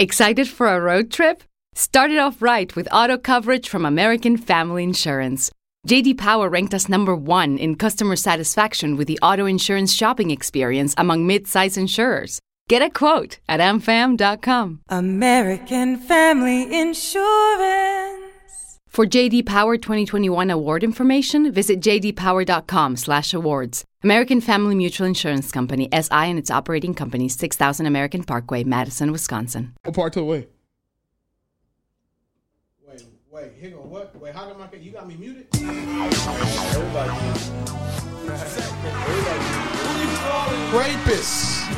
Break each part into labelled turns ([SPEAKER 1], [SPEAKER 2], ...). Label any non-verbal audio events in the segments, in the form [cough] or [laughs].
[SPEAKER 1] Excited for a road trip? Start it off right with auto coverage from American Family Insurance. JD Power ranked us number one in customer satisfaction with the auto insurance shopping experience among mid-size insurers. Get a quote at amfam.com.
[SPEAKER 2] American Family Insurance.
[SPEAKER 1] For JD Power 2021 award information, visit jdpower.com/awards. American Family Mutual Insurance Company SI and its operating company 6000 American Parkway, Madison, Wisconsin.
[SPEAKER 3] What part to the way?
[SPEAKER 4] Wait, wait, here go what? Wait, how come I can you got me muted? Everybody. Rapists.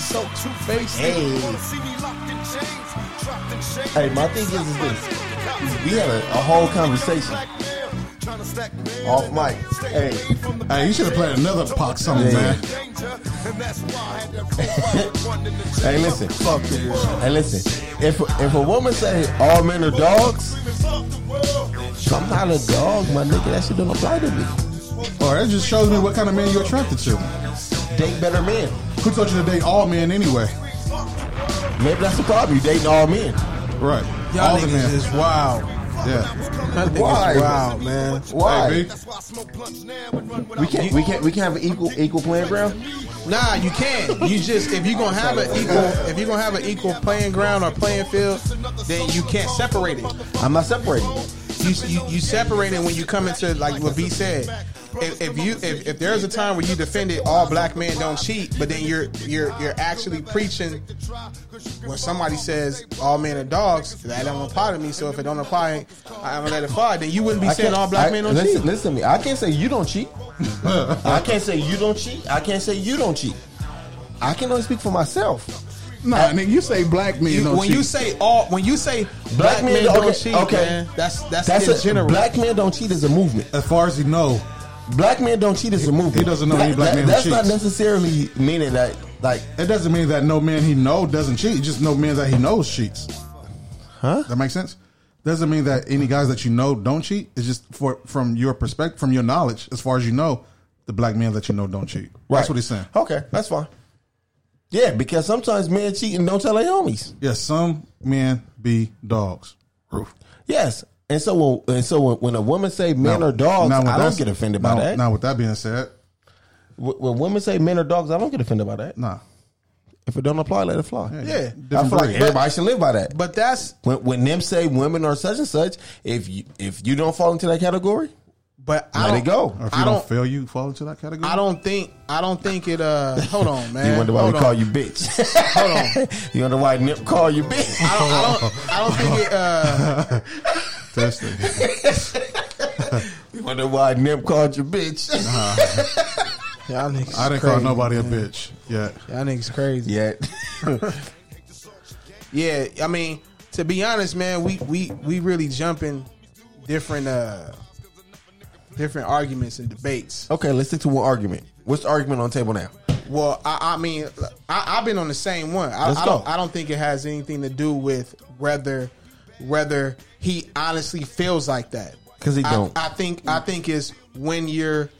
[SPEAKER 4] So two faced.
[SPEAKER 5] Hey, my thing is, is this. We had a, a whole conversation. Off mic. Hey,
[SPEAKER 3] Hey, you should have played another Pac song,
[SPEAKER 5] Yeah.
[SPEAKER 3] man.
[SPEAKER 5] hey, listen. Hey, listen. If if a woman say all men are dogs, I'm not a dog, my nigga. That shit don't apply to me.
[SPEAKER 3] Or that just shows me what kind of man you're attracted to.
[SPEAKER 5] Date better men.
[SPEAKER 3] Who told you to date all men anyway?
[SPEAKER 5] Maybe that's the problem. You dating all men.
[SPEAKER 3] Right.
[SPEAKER 4] Y'all
[SPEAKER 3] all the
[SPEAKER 4] niggas
[SPEAKER 3] men.
[SPEAKER 4] is wild.
[SPEAKER 3] yeah.
[SPEAKER 5] Why?
[SPEAKER 4] Wild, man.
[SPEAKER 5] Why?
[SPEAKER 3] Hey, B.
[SPEAKER 5] we can't. We can't. We can't have an equal equal playing ground.
[SPEAKER 4] Nah, you can't. You just if you're gonna have an equal if you're gonna have an equal playing ground or playing field, then you can't separate it.
[SPEAKER 5] I'm not separating.
[SPEAKER 4] You you, you separate it when you come into like what B said. If, if you if, if there's a time where you defended all black men don't cheat, but then you're you're you're actually preaching when somebody says all men are dogs, that don't apply to me. So if it don't apply, I'm gonna let it fly. Then you wouldn't be
[SPEAKER 5] I
[SPEAKER 4] saying
[SPEAKER 5] can't-
[SPEAKER 4] all black
[SPEAKER 5] I-
[SPEAKER 4] men don't
[SPEAKER 5] listen,
[SPEAKER 4] cheat.
[SPEAKER 5] Listen to me. I can't say you don't cheat. I can't say you don't cheat. I can't say you don't cheat. I can only speak for myself.
[SPEAKER 3] [laughs] Nah, nigga, you say black men
[SPEAKER 4] You-
[SPEAKER 3] don't
[SPEAKER 4] when
[SPEAKER 3] cheat.
[SPEAKER 4] you say all, when you say black, men, don't cheat, man, that's that's, in
[SPEAKER 5] a,
[SPEAKER 4] general.
[SPEAKER 5] Black men don't cheat is a movement.
[SPEAKER 3] as far as you know,
[SPEAKER 5] Black men don't cheat is a movement.
[SPEAKER 3] he doesn't know any black man who
[SPEAKER 5] That's not
[SPEAKER 3] cheats.
[SPEAKER 5] necessarily meaning that like
[SPEAKER 3] it doesn't mean that no man he know doesn't cheat. It's just no man that he knows cheats. Huh? That makes sense. Doesn't mean that any guys that you know don't cheat. It's just for from your perspective, from your knowledge, as far as you know, the black men that you know don't cheat.
[SPEAKER 5] right.
[SPEAKER 3] That's what he's saying.
[SPEAKER 5] Okay, that's fine. Yeah, because sometimes men cheat and don't tell their homies.
[SPEAKER 3] Yes, some men be dogs.
[SPEAKER 5] Yes. And so, when, and so when, when a woman say men are dogs,
[SPEAKER 3] now when
[SPEAKER 5] I don't
[SPEAKER 3] that's-
[SPEAKER 5] get offended by
[SPEAKER 3] now-
[SPEAKER 5] that.
[SPEAKER 3] Now, with that being said,
[SPEAKER 5] When when women say men are dogs, I don't get offended by that.
[SPEAKER 3] nah.
[SPEAKER 5] If it don't apply, let it fly.
[SPEAKER 4] yeah,
[SPEAKER 5] I
[SPEAKER 3] Different
[SPEAKER 5] feel like
[SPEAKER 3] breed.
[SPEAKER 5] everybody should live by that.
[SPEAKER 4] but that's
[SPEAKER 5] When, when them say women are such and such, if you if you don't fall into that category,
[SPEAKER 4] but I
[SPEAKER 5] Let it
[SPEAKER 4] don't,
[SPEAKER 5] go.
[SPEAKER 3] Or if you
[SPEAKER 4] I
[SPEAKER 3] don't,
[SPEAKER 4] don't.
[SPEAKER 3] fail, you fall into that category.
[SPEAKER 4] I don't think. I don't think it. Uh, hold on, man.
[SPEAKER 5] [laughs] you wonder why
[SPEAKER 4] hold
[SPEAKER 5] we
[SPEAKER 4] on.
[SPEAKER 5] call you bitch.
[SPEAKER 4] Hold on.
[SPEAKER 5] [laughs] you wonder why Nip call you bitch.
[SPEAKER 4] I don't, I don't. I don't think it. Uh,
[SPEAKER 3] [laughs]
[SPEAKER 5] [laughs]
[SPEAKER 3] That's the-
[SPEAKER 5] [laughs] You wonder why Nip called you bitch.
[SPEAKER 4] [laughs] y'all niggas.
[SPEAKER 3] I didn't call
[SPEAKER 4] crazy,
[SPEAKER 3] nobody a
[SPEAKER 4] man.
[SPEAKER 3] bitch yet.
[SPEAKER 4] Y'all niggas crazy.
[SPEAKER 5] [laughs] Yeah. [laughs]
[SPEAKER 4] Yeah. I mean, to be honest, man, we we we really jumping different uh different arguments and debates.
[SPEAKER 5] Okay, let's stick to one argument. What's the argument on the table now?
[SPEAKER 4] Well, I, I mean, I, I've been on the same one. I,
[SPEAKER 5] Let's
[SPEAKER 4] I
[SPEAKER 5] go.
[SPEAKER 4] don't. I don't think it has anything to do with whether whether he honestly feels like that.
[SPEAKER 5] 'Cause he
[SPEAKER 4] I-
[SPEAKER 5] don't.
[SPEAKER 4] I, think. I think is when you're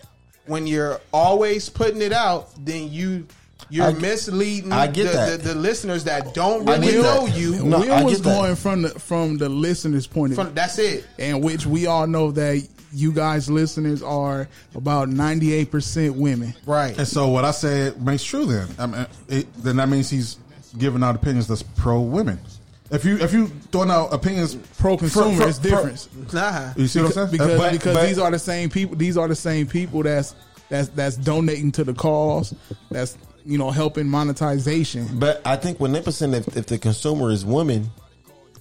[SPEAKER 4] when you're always putting it out, then you you're
[SPEAKER 5] I-
[SPEAKER 4] misleading
[SPEAKER 5] I get
[SPEAKER 4] the,
[SPEAKER 5] that.
[SPEAKER 4] The, the listeners that don't
[SPEAKER 5] I
[SPEAKER 4] really
[SPEAKER 5] get that.
[SPEAKER 4] know you.
[SPEAKER 5] No,
[SPEAKER 6] Will
[SPEAKER 5] I
[SPEAKER 6] was
[SPEAKER 5] get that.
[SPEAKER 6] going from the from the listeners' point of view,
[SPEAKER 4] From, that's it.
[SPEAKER 6] and which we all know that you guys listeners are about ninety eight percent women.
[SPEAKER 4] Right.
[SPEAKER 3] And so what I said makes true. Then, I mean, it, then that means he's giving out opinions that's pro women. If you if you throwing out opinions
[SPEAKER 6] Pro consumer
[SPEAKER 3] pro-
[SPEAKER 6] is
[SPEAKER 3] pro-
[SPEAKER 6] different
[SPEAKER 4] Nah.
[SPEAKER 3] you see what I'm saying?
[SPEAKER 6] because
[SPEAKER 3] But-
[SPEAKER 6] because
[SPEAKER 3] but-
[SPEAKER 6] these are the same people. These are the same people that's that's that's donating to the cause. That's you know helping monetization.
[SPEAKER 5] But I think when Nip is saying if, if the consumer is woman,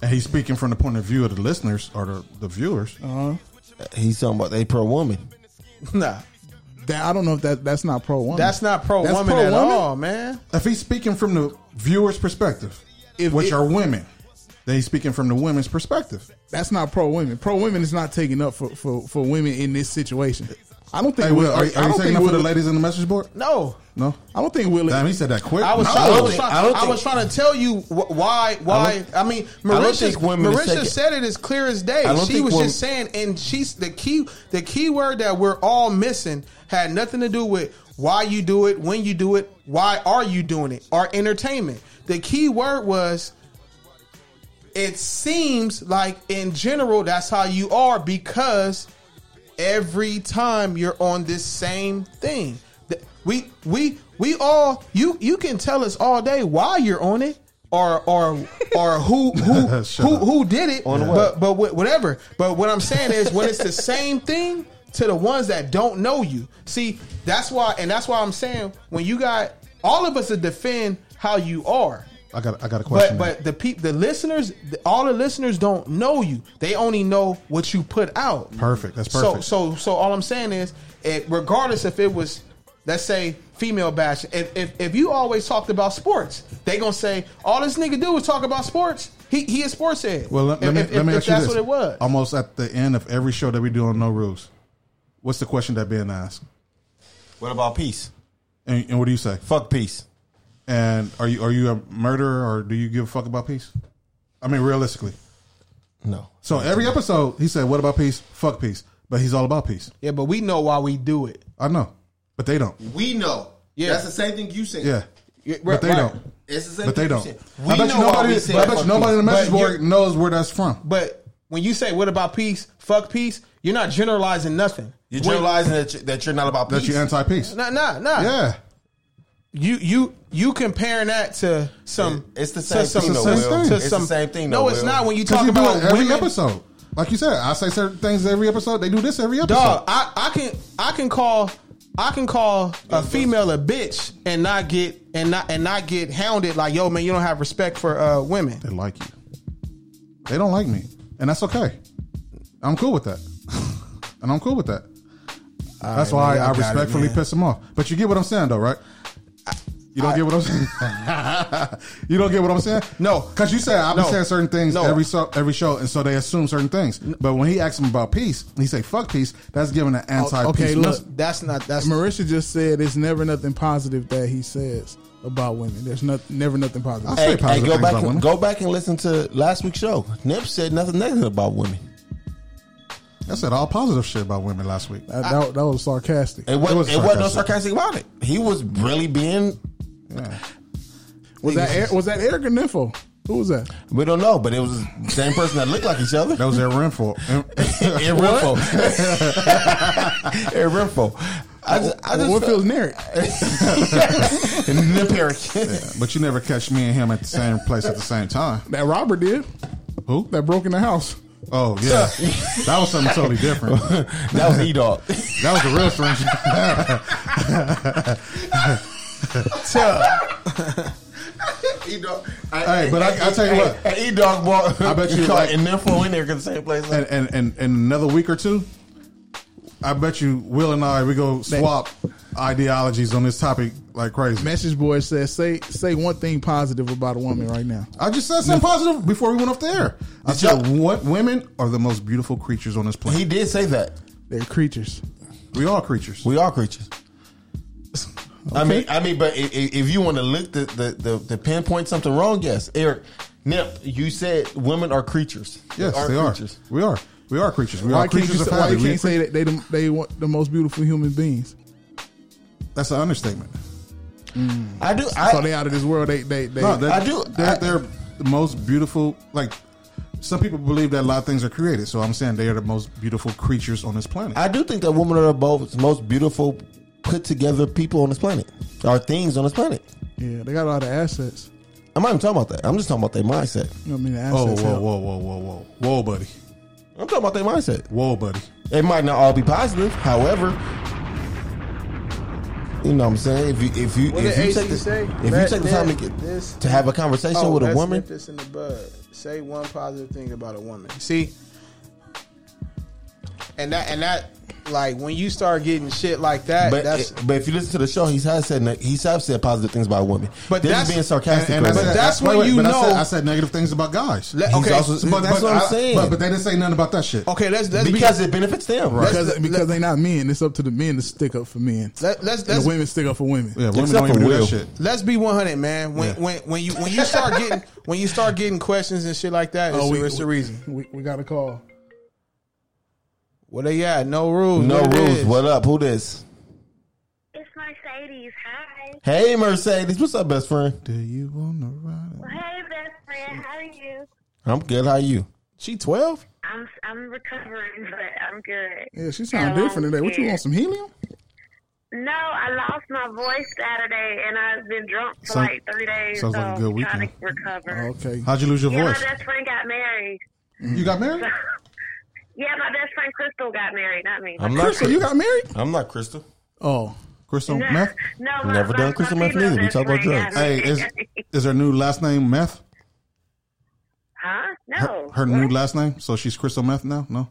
[SPEAKER 3] and he's speaking from the point of view of the listeners or the, the viewers.
[SPEAKER 6] Uh-huh.
[SPEAKER 5] he's talking about they pro woman.
[SPEAKER 4] Nah.
[SPEAKER 6] That I don't know if that that's not pro woman.
[SPEAKER 4] That's not pro
[SPEAKER 6] That's
[SPEAKER 4] woman at
[SPEAKER 6] pro-woman?
[SPEAKER 4] all, man.
[SPEAKER 3] If he's speaking from the viewers' perspective,
[SPEAKER 6] If
[SPEAKER 3] which
[SPEAKER 6] it-
[SPEAKER 3] are women, then he's speaking from the women's perspective.
[SPEAKER 6] that's not pro women. Pro women is not taking up for, for, for women in this situation. I don't think.
[SPEAKER 3] Hey, Will, are,
[SPEAKER 6] I
[SPEAKER 3] are you
[SPEAKER 6] don't
[SPEAKER 3] taking
[SPEAKER 6] think
[SPEAKER 3] up for the
[SPEAKER 6] Will-
[SPEAKER 3] ladies in the message board?
[SPEAKER 4] No.
[SPEAKER 3] No,
[SPEAKER 6] I don't think Will.
[SPEAKER 3] damn, he said that quick.
[SPEAKER 4] I was,
[SPEAKER 3] No.
[SPEAKER 4] trying, I, was
[SPEAKER 5] think-
[SPEAKER 4] trying,
[SPEAKER 5] I
[SPEAKER 4] I,
[SPEAKER 5] don't think-
[SPEAKER 4] was trying to tell you wh- why. Why? I, mean,
[SPEAKER 5] don't
[SPEAKER 4] Marisha,
[SPEAKER 5] think women is
[SPEAKER 4] Marisha
[SPEAKER 5] taking-
[SPEAKER 4] said it as clear as day.
[SPEAKER 5] I don't
[SPEAKER 4] She
[SPEAKER 5] think
[SPEAKER 4] was
[SPEAKER 5] women-
[SPEAKER 4] just saying, and she's the key. The key word that we're all missing had nothing to do with why you do it, when you do it, why are you doing it, or entertainment. The key word was it seems like in general that's how you are because every time you're on this same thing. Th- We we we all you you can tell us all day why you're on it or or or who who
[SPEAKER 3] Shut
[SPEAKER 4] who,
[SPEAKER 3] up.
[SPEAKER 4] who did it.
[SPEAKER 5] On
[SPEAKER 4] but
[SPEAKER 5] what?
[SPEAKER 4] but wh- whatever. But what I'm saying is when it's the same thing to the ones that don't know you. See, that's why and that's why I'm saying when you got all of us to defend how you are.
[SPEAKER 3] I got I got a
[SPEAKER 4] But
[SPEAKER 3] question.
[SPEAKER 4] but the peop, the listeners, the- all the listeners don't know you. They only know what you put out.
[SPEAKER 3] Perfect. That's perfect.
[SPEAKER 4] So so so all I'm saying is, it, regardless if it was, let's say female bash. If, if if you always talked about sports, they gonna say all this nigga do is talk about sports. He he is sports head.
[SPEAKER 3] well, let,
[SPEAKER 4] if,
[SPEAKER 3] let me
[SPEAKER 4] if-
[SPEAKER 3] let me
[SPEAKER 4] if
[SPEAKER 3] ask
[SPEAKER 4] that's
[SPEAKER 3] you
[SPEAKER 4] what
[SPEAKER 3] this. Um,
[SPEAKER 4] it was.
[SPEAKER 3] Almost at the end of every show that we do on No Rules, what's the question that being asked?
[SPEAKER 5] What about peace?
[SPEAKER 3] And, and what do you say?
[SPEAKER 5] Fuck peace.
[SPEAKER 3] And are you are you a murderer or do you give a fuck about peace? I mean, realistically.
[SPEAKER 5] No.
[SPEAKER 3] So every episode, he said, "What about peace? Fuck peace." But he's all about peace.
[SPEAKER 4] yeah, but we know why we do it.
[SPEAKER 3] I know, but they don't.
[SPEAKER 7] We know.
[SPEAKER 4] Yeah.
[SPEAKER 7] That's the same thing you said.
[SPEAKER 3] Yeah,
[SPEAKER 4] Yeah,
[SPEAKER 3] but they
[SPEAKER 4] right.
[SPEAKER 3] don't.
[SPEAKER 7] It's the same
[SPEAKER 3] But they
[SPEAKER 7] thing
[SPEAKER 3] don't.
[SPEAKER 7] you said.
[SPEAKER 3] I bet you
[SPEAKER 5] know why
[SPEAKER 3] nobody.
[SPEAKER 5] we
[SPEAKER 3] I
[SPEAKER 5] said
[SPEAKER 3] bet you
[SPEAKER 5] fuck
[SPEAKER 3] nobody in the
[SPEAKER 4] peace.
[SPEAKER 3] message
[SPEAKER 4] But you-
[SPEAKER 3] board knows where that's from.
[SPEAKER 4] But when you say what about peace, fuck peace, you're not generalizing nothing.
[SPEAKER 5] You're generalizing that, you, that you're not about peace.
[SPEAKER 3] That you anti-peace.
[SPEAKER 4] Nah nah nah.
[SPEAKER 3] Yeah,
[SPEAKER 4] you you you comparing that to some
[SPEAKER 5] It's the
[SPEAKER 4] to
[SPEAKER 5] same
[SPEAKER 4] some-
[SPEAKER 5] thing, though,
[SPEAKER 4] to
[SPEAKER 3] Will.
[SPEAKER 4] some- to
[SPEAKER 5] It's the
[SPEAKER 4] some-
[SPEAKER 5] same thing,
[SPEAKER 4] no
[SPEAKER 5] though,
[SPEAKER 4] it's
[SPEAKER 5] Will.
[SPEAKER 4] not when you
[SPEAKER 3] because
[SPEAKER 4] talk
[SPEAKER 3] you do
[SPEAKER 4] about
[SPEAKER 3] it every
[SPEAKER 4] women,
[SPEAKER 3] episode. Like you said, I say certain things every episode. They do this every episode.
[SPEAKER 4] dog I, I can I can call I can call a female a bitch and not get and not and not get hounded like yo man you don't have respect for uh women
[SPEAKER 3] They like you. They don't like me, and that's okay. I'm cool with that, [laughs] and I'm cool with that. that's why
[SPEAKER 4] man, y'all got it,
[SPEAKER 3] I respectfully
[SPEAKER 4] man.
[SPEAKER 3] piss them off. But you get what I'm saying, though, right? You don't get what I'm saying.
[SPEAKER 4] [laughs]
[SPEAKER 3] you don't get what I'm saying.
[SPEAKER 4] No.
[SPEAKER 3] because you said I've been
[SPEAKER 4] No.
[SPEAKER 3] saying certain things
[SPEAKER 4] No.
[SPEAKER 3] every so, every show, and so they assume certain things. But when he asks them about peace, he say "fuck peace." That's giving an anti-peace.
[SPEAKER 6] okay, look.
[SPEAKER 3] message.
[SPEAKER 4] that's not that's
[SPEAKER 6] Marisha just said it's never nothing positive that he says about women. There's not, never nothing positive.
[SPEAKER 3] say
[SPEAKER 5] Hey,
[SPEAKER 3] positive
[SPEAKER 5] hey, go
[SPEAKER 3] things
[SPEAKER 5] back
[SPEAKER 3] about
[SPEAKER 5] and,
[SPEAKER 3] women.
[SPEAKER 5] go back and listen to last week's show. Nip said nothing negative about women.
[SPEAKER 3] I said all positive shit about women last week.
[SPEAKER 4] Uh,
[SPEAKER 6] That, that, that was sarcastic.
[SPEAKER 5] It, was,
[SPEAKER 3] was
[SPEAKER 5] it wasn't no sarcastic
[SPEAKER 3] sarcastic.
[SPEAKER 5] about it. He was really being.
[SPEAKER 6] Was that Eric- was that Eric or Nympho? Who was that?
[SPEAKER 5] We don't know, but it was the same person that looked like each other. [laughs]
[SPEAKER 3] That was
[SPEAKER 4] [laughs]
[SPEAKER 3] their [laughs] rainfall.
[SPEAKER 5] In
[SPEAKER 3] [laughs]
[SPEAKER 5] Renfro. [laughs] In Renfro. I just, I just [laughs]
[SPEAKER 6] What feels near it?
[SPEAKER 5] Nip Eric.
[SPEAKER 3] but you never catch me and him at the same place at the same time.
[SPEAKER 6] That Robert did.
[SPEAKER 3] Who?
[SPEAKER 6] That broke in the house.
[SPEAKER 3] Oh yeah, that was something totally different.
[SPEAKER 5] That was E [laughs] Dog.
[SPEAKER 3] That was a real stranger. hey, but I, I tell you what,
[SPEAKER 5] E Dog bought. [laughs]
[SPEAKER 3] I bet you
[SPEAKER 5] caught
[SPEAKER 3] like-
[SPEAKER 5] in Renfro in there because the same place.
[SPEAKER 3] and and and, and another week or two, I bet you Will and I we go swap ideologies on this topic like crazy.
[SPEAKER 6] Message boy says, "Say say one thing positive about a woman right now."
[SPEAKER 3] I just said something positive before we went off the air. I said what women are the most beautiful creatures on this
[SPEAKER 5] he
[SPEAKER 3] planet.
[SPEAKER 5] did say that.
[SPEAKER 6] They're creatures.
[SPEAKER 3] We are creatures.
[SPEAKER 5] We are creatures. I mean, I mean, but if, if you want to look the, the the the pinpoint something wrong, yes, Eric, Nip, you said women are creatures.
[SPEAKER 3] yes, they are.
[SPEAKER 5] creatures.
[SPEAKER 3] We are. We are creatures. We
[SPEAKER 6] Why
[SPEAKER 3] are
[SPEAKER 6] can't you,
[SPEAKER 3] creatures of
[SPEAKER 6] say, why
[SPEAKER 3] habit.
[SPEAKER 6] you
[SPEAKER 3] We-
[SPEAKER 6] can't say that they the, they want the most beautiful human beings?
[SPEAKER 3] That's an understatement.
[SPEAKER 5] I do. I,
[SPEAKER 6] so they out of this world. They they they.
[SPEAKER 3] No, they're-
[SPEAKER 5] I do-
[SPEAKER 3] They're,
[SPEAKER 5] I-
[SPEAKER 3] they're the most beautiful. Like some people believe that a lot of things are created. So I'm saying they are the most beautiful creatures on this planet.
[SPEAKER 5] I do think that women are the both most beautiful put together people on this planet, or things on this planet.
[SPEAKER 6] yeah, they got a lot of assets.
[SPEAKER 5] I'm not even talking about that. I'm just talking about their mindset.
[SPEAKER 6] You know what I mean? The
[SPEAKER 3] oh,
[SPEAKER 6] assets
[SPEAKER 3] whoa,
[SPEAKER 6] help.
[SPEAKER 3] whoa, whoa, whoa, whoa, whoa, buddy,
[SPEAKER 5] I'm talking about their mindset.
[SPEAKER 3] whoa, buddy.
[SPEAKER 5] It might not all be positive. However, you know what I'm saying? If you if you
[SPEAKER 4] What
[SPEAKER 5] if
[SPEAKER 4] did
[SPEAKER 5] you
[SPEAKER 4] AC
[SPEAKER 5] take the,
[SPEAKER 4] say?
[SPEAKER 5] if
[SPEAKER 4] That-
[SPEAKER 5] you take the
[SPEAKER 4] that-
[SPEAKER 5] time to get
[SPEAKER 4] this-
[SPEAKER 5] to have a conversation
[SPEAKER 4] Oh,
[SPEAKER 5] with a
[SPEAKER 4] let's
[SPEAKER 5] woman,
[SPEAKER 4] nip this in the bud. Say one positive thing about a woman. See, and that and that like when you start getting shit like that,
[SPEAKER 5] but
[SPEAKER 4] that's
[SPEAKER 5] but if you listen to the show, he has said ne- he has said positive things about women.
[SPEAKER 4] But
[SPEAKER 5] But this
[SPEAKER 4] that's-
[SPEAKER 5] is being sarcastic.
[SPEAKER 3] And I
[SPEAKER 5] right
[SPEAKER 3] said-
[SPEAKER 5] now.
[SPEAKER 4] But that's
[SPEAKER 3] wait,
[SPEAKER 4] when
[SPEAKER 3] wait,
[SPEAKER 4] you
[SPEAKER 3] but I said,
[SPEAKER 4] know-
[SPEAKER 3] I said negative things about guys.
[SPEAKER 4] Let-
[SPEAKER 5] He's
[SPEAKER 4] okay.
[SPEAKER 5] also-
[SPEAKER 3] But
[SPEAKER 5] that's what I'm
[SPEAKER 3] I-
[SPEAKER 5] saying.
[SPEAKER 3] But, but they didn't say nothing about that shit.
[SPEAKER 4] okay. Let's let's
[SPEAKER 5] because
[SPEAKER 4] be,
[SPEAKER 5] it benefits them, right?
[SPEAKER 6] Because
[SPEAKER 4] Let's-
[SPEAKER 6] because they not men. It's up to the men to stick up for men.
[SPEAKER 4] let, let's
[SPEAKER 6] and
[SPEAKER 4] let's
[SPEAKER 6] the women stick up for women.
[SPEAKER 3] Yeah, women
[SPEAKER 5] Except
[SPEAKER 3] don't even
[SPEAKER 5] for
[SPEAKER 3] do that
[SPEAKER 5] Will.
[SPEAKER 3] shit.
[SPEAKER 4] let's be one hundred, man. When
[SPEAKER 3] Yeah.
[SPEAKER 4] when when you when you start getting when you start getting questions and shit like that, it's,
[SPEAKER 6] Oh,
[SPEAKER 4] the-
[SPEAKER 6] we-
[SPEAKER 4] it's the reason.
[SPEAKER 6] We, we got a call.
[SPEAKER 4] What they got? No rules.
[SPEAKER 5] no
[SPEAKER 4] what it
[SPEAKER 5] rules.
[SPEAKER 4] is.
[SPEAKER 5] What up? Who this?
[SPEAKER 8] It's my
[SPEAKER 7] Mercedes. Hi.
[SPEAKER 5] Hey, Mercedes. What's up, best friend?
[SPEAKER 3] Do you wanna ride?
[SPEAKER 7] Hey, best friend. How are you?
[SPEAKER 5] I'm good. How you?
[SPEAKER 6] She twelve.
[SPEAKER 7] I'm I'm recovering, but I'm good.
[SPEAKER 6] Yeah, she sound different today. What you want? Some helium?
[SPEAKER 7] No, I lost my voice Saturday, and I've been drunk for
[SPEAKER 3] Sound-
[SPEAKER 7] like three days.
[SPEAKER 3] sounds
[SPEAKER 7] so
[SPEAKER 3] like a good
[SPEAKER 7] I'm
[SPEAKER 3] weekend.
[SPEAKER 7] Trying to recover.
[SPEAKER 6] Oh, Okay.
[SPEAKER 3] How'd you lose your
[SPEAKER 7] Yeah, my
[SPEAKER 3] voice?
[SPEAKER 7] best friend got married.
[SPEAKER 3] You got married?
[SPEAKER 7] Yeah, my best friend Crystal got married, not me.
[SPEAKER 5] I'm not.
[SPEAKER 6] Crystal, you got married?
[SPEAKER 5] I'm not Crystal.
[SPEAKER 6] Oh,
[SPEAKER 3] Crystal
[SPEAKER 7] [laughs] no,
[SPEAKER 3] Meth?
[SPEAKER 7] no, my,
[SPEAKER 5] Never
[SPEAKER 7] my,
[SPEAKER 5] done Crystal
[SPEAKER 7] my
[SPEAKER 5] meth neither. We
[SPEAKER 7] female
[SPEAKER 5] talk about
[SPEAKER 7] best friend
[SPEAKER 5] drugs.
[SPEAKER 7] got
[SPEAKER 3] Hey, is
[SPEAKER 7] married.
[SPEAKER 3] is her new last name Meth?
[SPEAKER 7] [laughs] huh?
[SPEAKER 3] Her,
[SPEAKER 7] No.
[SPEAKER 3] her new
[SPEAKER 7] Oh, What?
[SPEAKER 3] last name? So she's Crystal Meth now? No?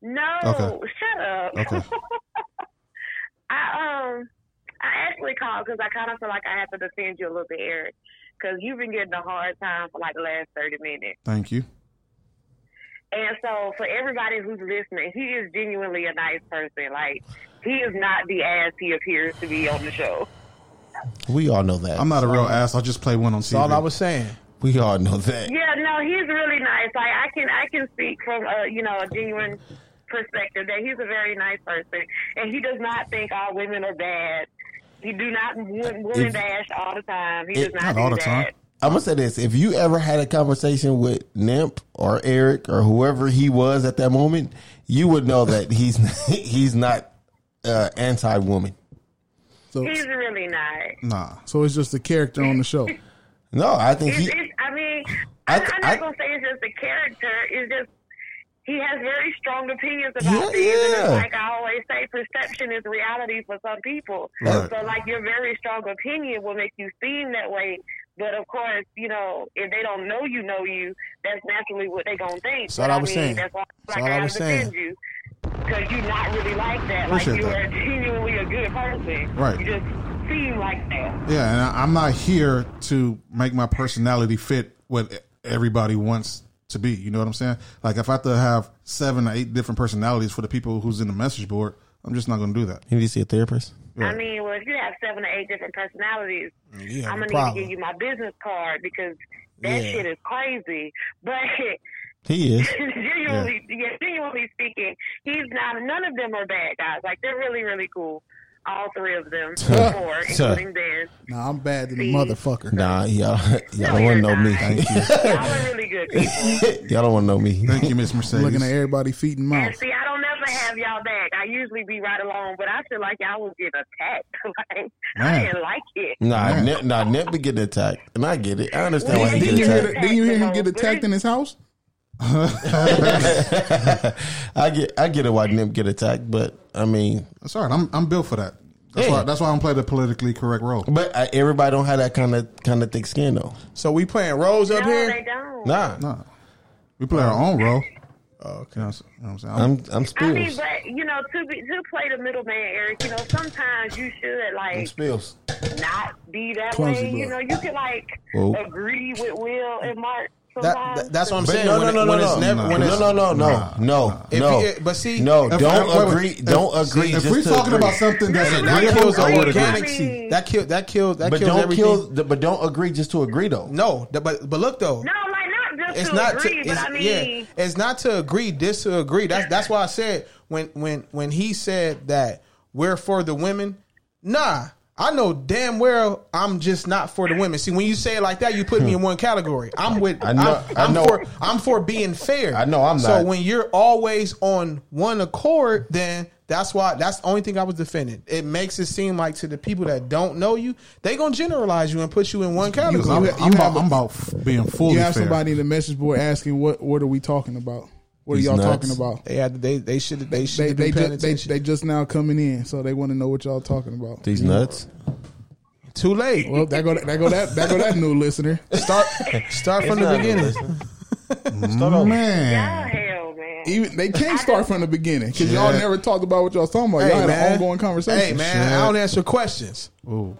[SPEAKER 7] No,
[SPEAKER 3] Okay.
[SPEAKER 7] shut up. [laughs]
[SPEAKER 3] Okay.
[SPEAKER 7] I um, I actually called because I kind of feel like I have to defend you a little bit, Eric, because you've been getting a hard time for like the last thirty minutes.
[SPEAKER 3] Thank you.
[SPEAKER 7] And so, for everybody who's listening, he is genuinely a nice person. Like, he is not the ass he appears to be on the show.
[SPEAKER 5] We all know that.
[SPEAKER 3] I'm not a real ass. I just play one on TV.
[SPEAKER 4] That's all I was saying.
[SPEAKER 5] we all know that.
[SPEAKER 7] Yeah, no, he's really nice. Like, I can I can speak from a you know a genuine perspective that he's a very nice person, and he does not think all women are bad. He do not wo- woman
[SPEAKER 5] If-
[SPEAKER 7] bash all the time. He
[SPEAKER 5] if-
[SPEAKER 7] does not,
[SPEAKER 3] Not all
[SPEAKER 7] do
[SPEAKER 3] the
[SPEAKER 7] that.
[SPEAKER 3] time.
[SPEAKER 5] I'm gonna say this: if you ever had a conversation with Nimp or Eric or whoever he was at that moment, you would know that he's [laughs] he's not uh, anti-woman.
[SPEAKER 6] so
[SPEAKER 7] He's really nice.
[SPEAKER 3] Nah.
[SPEAKER 6] so it's just a character on the [laughs] show.
[SPEAKER 5] No, I think
[SPEAKER 7] It's,
[SPEAKER 5] he.
[SPEAKER 7] it's, I mean,
[SPEAKER 5] I-
[SPEAKER 7] I, I'm not
[SPEAKER 5] I-
[SPEAKER 7] gonna say it's just a character. It's just he has very strong opinions
[SPEAKER 5] Yeah,
[SPEAKER 7] about things. And
[SPEAKER 5] yeah.
[SPEAKER 7] it's like I always say, perception is reality for some people.
[SPEAKER 3] Right.
[SPEAKER 7] So, like your very strong opinion will make you seem that way. But of course, you know, if they don't know you, know you, that's naturally what they gonna think.
[SPEAKER 4] That's all
[SPEAKER 7] But
[SPEAKER 4] I was
[SPEAKER 7] mean,
[SPEAKER 4] saying.
[SPEAKER 7] That's why
[SPEAKER 4] That's all
[SPEAKER 7] like, I,
[SPEAKER 4] I
[SPEAKER 7] gotta
[SPEAKER 4] was saying.
[SPEAKER 7] defend you. Because you're not really like that. Like
[SPEAKER 3] Appreciate
[SPEAKER 7] you
[SPEAKER 3] that.
[SPEAKER 7] are genuinely a good person.
[SPEAKER 3] Right.
[SPEAKER 7] You just seem like that.
[SPEAKER 3] Yeah, and I, I'm not here to make my personality fit what everybody wants to be. You know what I'm saying? Like, if I have to have seven or eight different personalities for the people who's in the message board, I'm just not going to do that.
[SPEAKER 5] You need to see a therapist.
[SPEAKER 7] I mean, well, if you have seven or eight different personalities,
[SPEAKER 4] You have
[SPEAKER 7] I'm
[SPEAKER 4] a
[SPEAKER 7] gonna need to
[SPEAKER 4] problem.
[SPEAKER 7] give you my business card because that
[SPEAKER 5] Yeah.
[SPEAKER 7] shit is crazy. But [laughs]
[SPEAKER 5] He is.
[SPEAKER 7] genuinely, yeah, genuinely speaking, he's not. None of them are bad guys. Like they're really, really cool. All three of them, four, including Ben.
[SPEAKER 6] Nah, I'm bad than a motherfucker.
[SPEAKER 5] Nah, [laughs] y'all, y'all don't
[SPEAKER 7] you're
[SPEAKER 5] want to know me.
[SPEAKER 7] not. Y'all are really good people.
[SPEAKER 5] [laughs] y'all don't want to know me.
[SPEAKER 3] Thank you, Miss
[SPEAKER 6] I'm
[SPEAKER 3] Mercedes.
[SPEAKER 6] looking at everybody feet and
[SPEAKER 7] And
[SPEAKER 6] mouth.
[SPEAKER 7] see, I don't ever have y'all back. I usually be right along, but I feel like y'all was getting attacked. [laughs] like I
[SPEAKER 3] Man.
[SPEAKER 7] didn't like it.
[SPEAKER 5] [laughs] Nah, Nip, nah, Nip be getting attacked, and I get it. I understand why he
[SPEAKER 6] Didn't
[SPEAKER 5] get
[SPEAKER 6] you, hear,
[SPEAKER 5] attacked.
[SPEAKER 6] didn't you hear him get attacked in his house?
[SPEAKER 5] [laughs] I get, I get it why Nip get attacked, but I mean,
[SPEAKER 3] That's all right. I'm, I'm built for that. That's,
[SPEAKER 5] Yeah.
[SPEAKER 3] why, that's why I don't play the politically correct role.
[SPEAKER 5] but I, everybody don't have that kind of kind of thick skin though.
[SPEAKER 4] So we playing roles up
[SPEAKER 7] No, they
[SPEAKER 4] here?
[SPEAKER 7] don't.
[SPEAKER 5] Nah,
[SPEAKER 3] Nah. We play our own role. okay. You know what I'm saying? I'm,
[SPEAKER 5] I'm I'm
[SPEAKER 7] I mean,
[SPEAKER 5] spills.
[SPEAKER 7] but you know, to be to play the middleman, Eric. You know, sometimes you should
[SPEAKER 5] I'm
[SPEAKER 7] like
[SPEAKER 5] spills.
[SPEAKER 7] not be that
[SPEAKER 6] Clumsy
[SPEAKER 7] way. You
[SPEAKER 6] blood.
[SPEAKER 7] know, you can like
[SPEAKER 5] Whoa.
[SPEAKER 7] agree with Will and Mark
[SPEAKER 4] That,
[SPEAKER 7] sometimes.
[SPEAKER 4] that- that's what I'm
[SPEAKER 5] But
[SPEAKER 4] saying.
[SPEAKER 5] no,
[SPEAKER 4] when
[SPEAKER 5] no,
[SPEAKER 4] it-
[SPEAKER 5] no,
[SPEAKER 4] when
[SPEAKER 5] no,
[SPEAKER 4] it's
[SPEAKER 5] no,
[SPEAKER 4] never, when
[SPEAKER 5] no,
[SPEAKER 4] it's,
[SPEAKER 5] no, no, no, no,
[SPEAKER 4] If
[SPEAKER 5] no.
[SPEAKER 4] you- but see-
[SPEAKER 5] no,
[SPEAKER 3] If-
[SPEAKER 5] don't
[SPEAKER 3] wait, wait,
[SPEAKER 5] agree,
[SPEAKER 3] if-
[SPEAKER 5] don't agree.
[SPEAKER 3] if
[SPEAKER 5] just
[SPEAKER 3] we're
[SPEAKER 5] to
[SPEAKER 3] talking
[SPEAKER 5] agree.
[SPEAKER 3] about something that's
[SPEAKER 4] that
[SPEAKER 3] agreeable,
[SPEAKER 4] kills
[SPEAKER 3] I would
[SPEAKER 4] all
[SPEAKER 3] agree.
[SPEAKER 4] organic. That killed. That killed. That
[SPEAKER 5] but
[SPEAKER 4] kills
[SPEAKER 5] don't
[SPEAKER 4] everything.
[SPEAKER 5] kill, the, but don't agree just to agree though.
[SPEAKER 4] No, th- but but look though.
[SPEAKER 7] no, like not just
[SPEAKER 4] It's
[SPEAKER 7] to
[SPEAKER 4] not
[SPEAKER 7] agree,
[SPEAKER 4] to,
[SPEAKER 7] but
[SPEAKER 4] it's,
[SPEAKER 7] I mean,
[SPEAKER 4] yeah, it's not to agree, dis to agree. That's that's why I said when when when he said that we're for the women, nah. I know damn well I'm just not for the women. See, when you say it like that, you put me in one category. I'm with
[SPEAKER 5] I know-
[SPEAKER 4] I'm,
[SPEAKER 5] I
[SPEAKER 4] I'm
[SPEAKER 5] know.
[SPEAKER 4] for I'm for being fair.
[SPEAKER 5] I know I'm
[SPEAKER 4] So
[SPEAKER 5] not.
[SPEAKER 4] when you're always on one accord, then that's why that's the only thing I was defending. It makes it seem like to the people that don't know you, they gonna generalize you and put you in one category.
[SPEAKER 3] I'm,
[SPEAKER 6] You
[SPEAKER 3] I'm
[SPEAKER 6] have
[SPEAKER 3] about,
[SPEAKER 6] a-
[SPEAKER 3] I'm about f- being fully
[SPEAKER 6] You have
[SPEAKER 3] fair.
[SPEAKER 6] somebody in the message board asking what what are we talking about? What are
[SPEAKER 5] He's
[SPEAKER 6] y'all
[SPEAKER 5] nuts.
[SPEAKER 6] talking about?
[SPEAKER 4] They had they they should they should
[SPEAKER 6] They
[SPEAKER 4] have
[SPEAKER 6] they
[SPEAKER 4] been paying
[SPEAKER 6] just, they
[SPEAKER 4] attention.
[SPEAKER 6] they just now coming in, so they want to know what y'all talking about.
[SPEAKER 5] These nuts.
[SPEAKER 4] Too late.
[SPEAKER 6] Well, there go there go that there go that new listener.
[SPEAKER 4] Start start from the beginning. [laughs]
[SPEAKER 7] oh
[SPEAKER 3] Man.
[SPEAKER 7] hell, man.
[SPEAKER 6] Even they can't start from the beginning because y'all
[SPEAKER 3] Yeah.
[SPEAKER 6] never talked about what y'all was talking about.
[SPEAKER 4] Hey,
[SPEAKER 6] y'all had
[SPEAKER 4] man.
[SPEAKER 6] an ongoing conversation.
[SPEAKER 4] Hey man, I don't answer questions.
[SPEAKER 3] Ooh.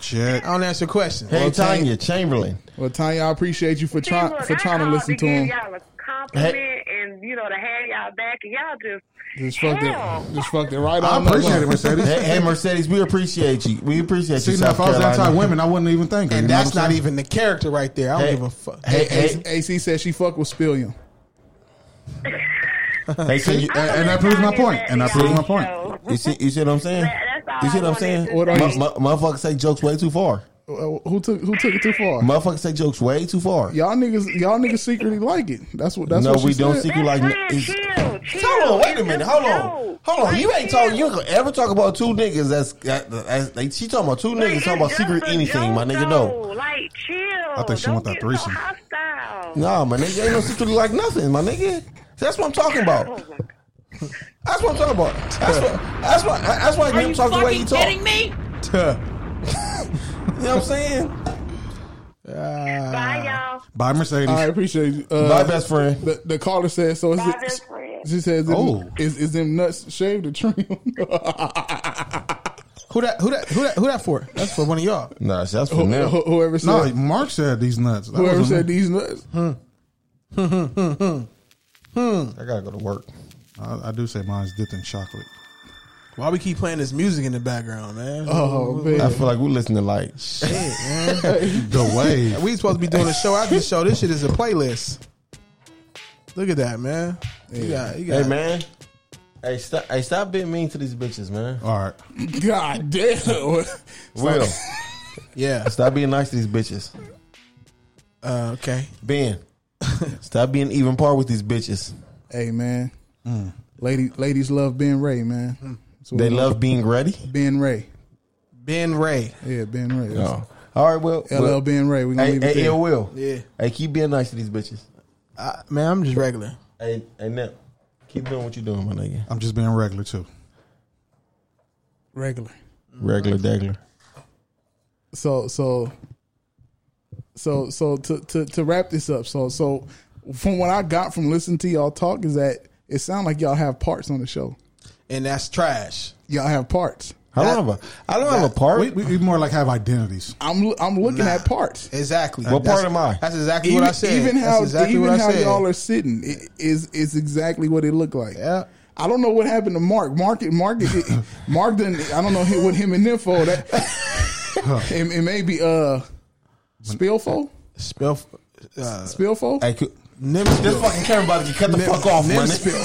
[SPEAKER 3] Check.
[SPEAKER 4] I don't answer questions.
[SPEAKER 5] Hey,
[SPEAKER 6] Well,
[SPEAKER 5] Tanya
[SPEAKER 6] Tanya-
[SPEAKER 5] Chamberlain.
[SPEAKER 6] Well, Tanya, I appreciate you for
[SPEAKER 7] See,
[SPEAKER 6] trying
[SPEAKER 7] look,
[SPEAKER 6] for
[SPEAKER 7] I
[SPEAKER 6] trying to
[SPEAKER 7] called
[SPEAKER 6] listen to
[SPEAKER 7] give
[SPEAKER 6] him.
[SPEAKER 7] Y'all a compliment, and you know to have y'all back, and y'all just
[SPEAKER 6] Just fucked
[SPEAKER 7] Hell.
[SPEAKER 6] it. Just fucked it right
[SPEAKER 3] I
[SPEAKER 6] on.
[SPEAKER 3] appreciate
[SPEAKER 6] up.
[SPEAKER 3] it, Mercedes.
[SPEAKER 5] hey, hey, Mercedes, we appreciate you. We appreciate
[SPEAKER 3] See,
[SPEAKER 5] you.
[SPEAKER 3] now
[SPEAKER 5] South
[SPEAKER 3] if I was
[SPEAKER 5] Carolina.
[SPEAKER 3] anti women, I wouldn't even think.
[SPEAKER 4] And that's not even the character right there. I don't
[SPEAKER 5] Hey,
[SPEAKER 4] give a fuck.
[SPEAKER 5] Hey, hey,
[SPEAKER 6] AC, AC says she fucked with Spillium.
[SPEAKER 5] hey, so you,
[SPEAKER 3] and that proves my point. And that proves my point.
[SPEAKER 7] So,
[SPEAKER 5] you see, you see what I'm saying?
[SPEAKER 7] that, that's all
[SPEAKER 5] You see
[SPEAKER 7] I
[SPEAKER 5] what I'm
[SPEAKER 7] wanted
[SPEAKER 5] saying?
[SPEAKER 7] to
[SPEAKER 6] What are
[SPEAKER 7] say.
[SPEAKER 6] you-
[SPEAKER 5] Mu- mu- motherfuckers take jokes way too far.
[SPEAKER 6] Uh, Who took who took it too far?
[SPEAKER 5] Motherfuckers take jokes way too far.
[SPEAKER 6] Y'all niggas, y'all niggas secretly like it. That's what. That's
[SPEAKER 5] No,
[SPEAKER 6] what she
[SPEAKER 5] we don't
[SPEAKER 6] said.
[SPEAKER 5] see- you like-
[SPEAKER 7] That's
[SPEAKER 5] it's-
[SPEAKER 7] fine, chill, chill.
[SPEAKER 5] Hold on, wait a
[SPEAKER 7] It's
[SPEAKER 5] minute.
[SPEAKER 7] just
[SPEAKER 5] Hold
[SPEAKER 7] a
[SPEAKER 5] on,
[SPEAKER 7] joke.
[SPEAKER 5] hold on. You
[SPEAKER 7] Like,
[SPEAKER 5] ain't talking. You
[SPEAKER 7] chill.
[SPEAKER 5] ain't gonna ever talk about two niggas. That's that, that's- they, she talking about two
[SPEAKER 7] Like,
[SPEAKER 5] niggas
[SPEAKER 7] it's
[SPEAKER 5] talking about
[SPEAKER 7] just
[SPEAKER 5] secret
[SPEAKER 7] a
[SPEAKER 5] anything. My
[SPEAKER 7] joke,
[SPEAKER 5] nigga,
[SPEAKER 7] though.
[SPEAKER 5] no,
[SPEAKER 7] Like, chill. I
[SPEAKER 3] think she
[SPEAKER 7] Don't
[SPEAKER 3] want that
[SPEAKER 7] get so
[SPEAKER 3] threesome.
[SPEAKER 7] hostile.
[SPEAKER 5] nah, my nigga ain't no secret like nothing. My nigga, that's what I'm talking
[SPEAKER 7] Oh,
[SPEAKER 5] about.
[SPEAKER 7] my
[SPEAKER 5] That's what I'm talking about. That's what. That's why. That's why Nim talks the way he talks. You know
[SPEAKER 8] me?
[SPEAKER 5] what I'm saying?
[SPEAKER 7] God. Bye, y'all.
[SPEAKER 3] Buy Mercedes.
[SPEAKER 6] I appreciate you. Uh,
[SPEAKER 5] My best friend.
[SPEAKER 6] The, the caller said so. Is
[SPEAKER 7] Bye, best
[SPEAKER 6] it,
[SPEAKER 7] friend.
[SPEAKER 6] she says,
[SPEAKER 3] Oh.
[SPEAKER 6] is, is them nuts shaved or [laughs] trimmed?
[SPEAKER 4] Who that? Who that? Who that? Who that for? That's for one of y'all.
[SPEAKER 5] Nah, that's for
[SPEAKER 6] Who-
[SPEAKER 5] Nim.
[SPEAKER 6] who- whoever said,
[SPEAKER 3] No, Mark said these nuts. That
[SPEAKER 6] whoever
[SPEAKER 3] wasn't
[SPEAKER 6] said
[SPEAKER 3] me.
[SPEAKER 6] these nuts.
[SPEAKER 5] I gotta go to work.
[SPEAKER 3] I, I do say mine's dipped in chocolate.
[SPEAKER 4] Why we keep playing this music in the background, man?
[SPEAKER 6] Oh man,
[SPEAKER 5] I feel like we listening to like
[SPEAKER 4] shit, man.
[SPEAKER 3] The way
[SPEAKER 4] [laughs] we supposed to be doing a show after the show. This shit is a playlist. Look at that, man. You got, you got,
[SPEAKER 5] Hey man. Hey stop hey stop being mean to these bitches, man.
[SPEAKER 3] All right.
[SPEAKER 6] god damn. [laughs]
[SPEAKER 5] Will.
[SPEAKER 4] yeah.
[SPEAKER 5] stop being nice to these bitches.
[SPEAKER 4] Uh, okay.
[SPEAKER 5] [laughs] Ben. stop being even par with these bitches.
[SPEAKER 6] hey man,
[SPEAKER 5] Mm.
[SPEAKER 6] lady, ladies love Ben Ray, man. That's what
[SPEAKER 5] They
[SPEAKER 6] we
[SPEAKER 5] love being ready.
[SPEAKER 6] Ben Ray.
[SPEAKER 4] Ben Ray.
[SPEAKER 6] Yeah, Ben Ray.
[SPEAKER 5] No. All right, well.
[SPEAKER 6] LL
[SPEAKER 5] well,
[SPEAKER 6] Ben Ray. We gonna
[SPEAKER 5] Hey,
[SPEAKER 6] leave it
[SPEAKER 5] hey,
[SPEAKER 6] there.
[SPEAKER 5] yo, Will.
[SPEAKER 4] Yeah.
[SPEAKER 5] Hey, keep being nice to these bitches.
[SPEAKER 4] I, Uh, man, I'm just regular.
[SPEAKER 5] Hey, hey, Nip. Keep doing what you're doing, my nigga.
[SPEAKER 3] I'm just being regular too.
[SPEAKER 6] regular.
[SPEAKER 5] Regular dagler.
[SPEAKER 6] so so so so to, to to wrap this up so so from what i got from listening to y'all talk is that it sounds like y'all have parts on the show
[SPEAKER 4] And that's trash.
[SPEAKER 6] y'all have parts
[SPEAKER 5] I
[SPEAKER 4] That-
[SPEAKER 5] don't have a I don't have a part.
[SPEAKER 3] We, we, we more like have identities.
[SPEAKER 6] i'm i'm looking
[SPEAKER 4] Nah.
[SPEAKER 6] at parts
[SPEAKER 4] Exactly.
[SPEAKER 5] What
[SPEAKER 4] That's-
[SPEAKER 5] part am I?
[SPEAKER 4] That's exactly what I said.
[SPEAKER 6] even how
[SPEAKER 4] that's exactly
[SPEAKER 6] even
[SPEAKER 4] what I
[SPEAKER 6] how
[SPEAKER 4] said.
[SPEAKER 6] y'all are sitting i- is is exactly what it looked like
[SPEAKER 4] Yeah.
[SPEAKER 6] I don't know what happened to Mark. Mark, Mark, Mark didn't. I don't know what him and Nympho. That
[SPEAKER 4] [laughs]
[SPEAKER 6] it, it may be uh, Spillfo,
[SPEAKER 4] Spill. Uh,
[SPEAKER 6] Spillfo.
[SPEAKER 5] Hey, could-
[SPEAKER 4] Nim spill.
[SPEAKER 5] this fucking camera about to get cut the fuck off,
[SPEAKER 4] Nim
[SPEAKER 5] man.
[SPEAKER 4] spill.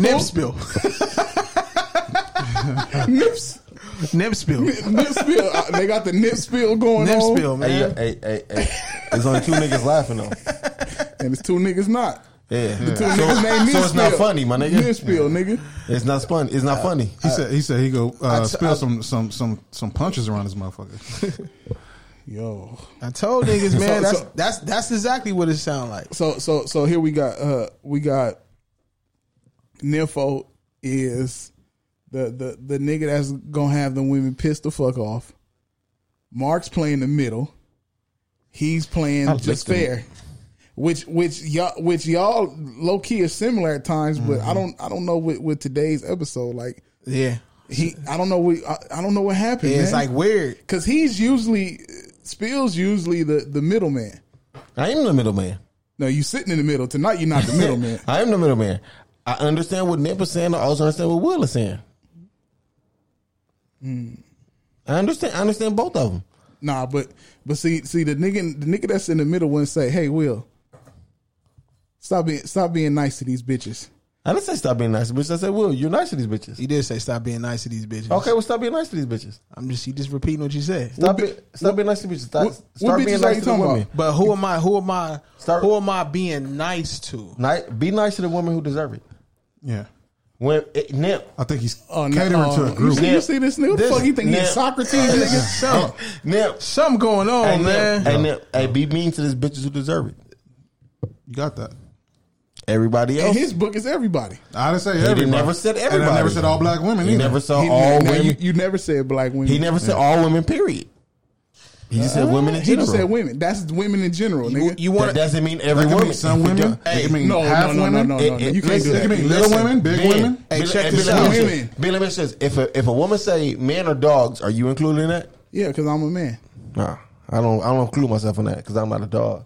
[SPEAKER 4] Nim spill. [laughs]
[SPEAKER 6] Nips.
[SPEAKER 4] Nim spill.
[SPEAKER 6] nip spill. Uh, they got the nip spill going
[SPEAKER 4] Nim
[SPEAKER 6] on,
[SPEAKER 4] spill,
[SPEAKER 5] Hey,
[SPEAKER 4] man.
[SPEAKER 5] hey, hey, hey. There's only two niggas laughing though.
[SPEAKER 6] and it's two niggas not.
[SPEAKER 5] Yeah.
[SPEAKER 6] Two niggas named
[SPEAKER 5] So
[SPEAKER 6] nip
[SPEAKER 5] it's not
[SPEAKER 6] spill.
[SPEAKER 5] funny, my nigga.
[SPEAKER 6] Nip spill, nigga.
[SPEAKER 5] It's not fun. It's not funny.
[SPEAKER 3] He said he said he go uh,
[SPEAKER 4] I-
[SPEAKER 3] spill
[SPEAKER 4] I-
[SPEAKER 3] some some some some punches around this motherfucker.
[SPEAKER 6] Yo.
[SPEAKER 4] I told
[SPEAKER 5] [laughs]
[SPEAKER 4] niggas, man. that's,
[SPEAKER 6] so-
[SPEAKER 4] that's that's exactly what it sound like.
[SPEAKER 6] So so so here we got uh we got Nympho is the the the nigga that's gonna have the women pissed the fuck off. Mark's playing the middle. He's playing just fair. Which which y'all which y'all low key is similar at times, but
[SPEAKER 4] Mm-hmm.
[SPEAKER 6] I don't I don't know with, with today's episode like
[SPEAKER 4] Yeah.
[SPEAKER 6] He, I don't know what I, I don't know what happened.
[SPEAKER 4] Yeah, it's
[SPEAKER 6] man.
[SPEAKER 4] like weird.
[SPEAKER 6] because he's usually Spill's usually the the middleman.
[SPEAKER 5] I am the middleman.
[SPEAKER 6] No, you sitting in the middle tonight. You're not the
[SPEAKER 4] [laughs]
[SPEAKER 6] middleman.
[SPEAKER 5] I am the middleman. I understand what Nip is saying. I also understand what Will is saying.
[SPEAKER 6] Hmm.
[SPEAKER 5] I understand. I understand both of them.
[SPEAKER 6] nah, but but see see the nigga the nigga that's in the middle wouldn't say, "Hey, Will, stop being stop being nice to these bitches."
[SPEAKER 5] I didn't say stop being nice to bitches. I said, Will, you're nice to these bitches.
[SPEAKER 4] He did say stop being nice to these bitches.
[SPEAKER 5] Okay, well, stop being nice to these bitches.
[SPEAKER 4] I'm just he just repeating what you said.
[SPEAKER 5] Stop, be, stop being nice to bitches. Stop,
[SPEAKER 6] what- what
[SPEAKER 5] start
[SPEAKER 6] bitches
[SPEAKER 5] being
[SPEAKER 6] are
[SPEAKER 5] nice
[SPEAKER 6] you
[SPEAKER 5] to the
[SPEAKER 6] talking
[SPEAKER 5] women.
[SPEAKER 6] about?
[SPEAKER 4] But who am I? Who am I?
[SPEAKER 5] Start-
[SPEAKER 4] Who am I being nice
[SPEAKER 5] [laughs]
[SPEAKER 4] to?
[SPEAKER 5] Ni- be nice to the women who deserve it.
[SPEAKER 3] Yeah,
[SPEAKER 5] When it, Nip,
[SPEAKER 3] I think he's
[SPEAKER 6] Oh, no,
[SPEAKER 3] catering to a
[SPEAKER 6] you
[SPEAKER 3] group.
[SPEAKER 6] see, you see this nigga?
[SPEAKER 5] This-
[SPEAKER 6] fuck, you think
[SPEAKER 5] now-
[SPEAKER 6] he's Socrates? nigga?
[SPEAKER 4] Some,
[SPEAKER 5] Nip,
[SPEAKER 4] something going on,
[SPEAKER 5] hey,
[SPEAKER 4] man.
[SPEAKER 5] Nip, hey, Nip, hey, be mean to these bitches who deserve it.
[SPEAKER 3] You got that.
[SPEAKER 5] Everybody else,
[SPEAKER 6] And his book is everybody.
[SPEAKER 3] I didn't say
[SPEAKER 5] didn't
[SPEAKER 3] everybody.
[SPEAKER 5] never said
[SPEAKER 3] And I
[SPEAKER 5] everybody.
[SPEAKER 3] never said all black women.
[SPEAKER 5] he
[SPEAKER 3] either.
[SPEAKER 5] never saw
[SPEAKER 6] He-
[SPEAKER 5] Uh, all
[SPEAKER 6] now,
[SPEAKER 5] women.
[SPEAKER 6] You, you never said black women.
[SPEAKER 5] He never said all women. Period. He just said women in
[SPEAKER 6] He
[SPEAKER 5] general.
[SPEAKER 6] just said women. That's women in general,
[SPEAKER 4] You,
[SPEAKER 6] nigga.
[SPEAKER 4] you want
[SPEAKER 5] that doesn't mean every
[SPEAKER 3] That could
[SPEAKER 5] woman.
[SPEAKER 3] mean some women.
[SPEAKER 5] Hey,
[SPEAKER 3] it could mean
[SPEAKER 6] no, no,
[SPEAKER 3] half
[SPEAKER 6] no, no,
[SPEAKER 3] women.
[SPEAKER 6] no, no, no. You can't do
[SPEAKER 3] It
[SPEAKER 6] that.
[SPEAKER 3] could mean little women, big
[SPEAKER 5] men.
[SPEAKER 3] women.
[SPEAKER 4] Hey,
[SPEAKER 5] Be-
[SPEAKER 4] check
[SPEAKER 5] be-
[SPEAKER 4] this
[SPEAKER 5] let me
[SPEAKER 4] out.
[SPEAKER 5] ask you-
[SPEAKER 6] Women.
[SPEAKER 5] be- let me ask you this. If a, if a woman say men or dogs, are you included in that?
[SPEAKER 6] yeah, because I'm a man.
[SPEAKER 5] Nah, I don't. I don't include myself in that because I'm not a dog.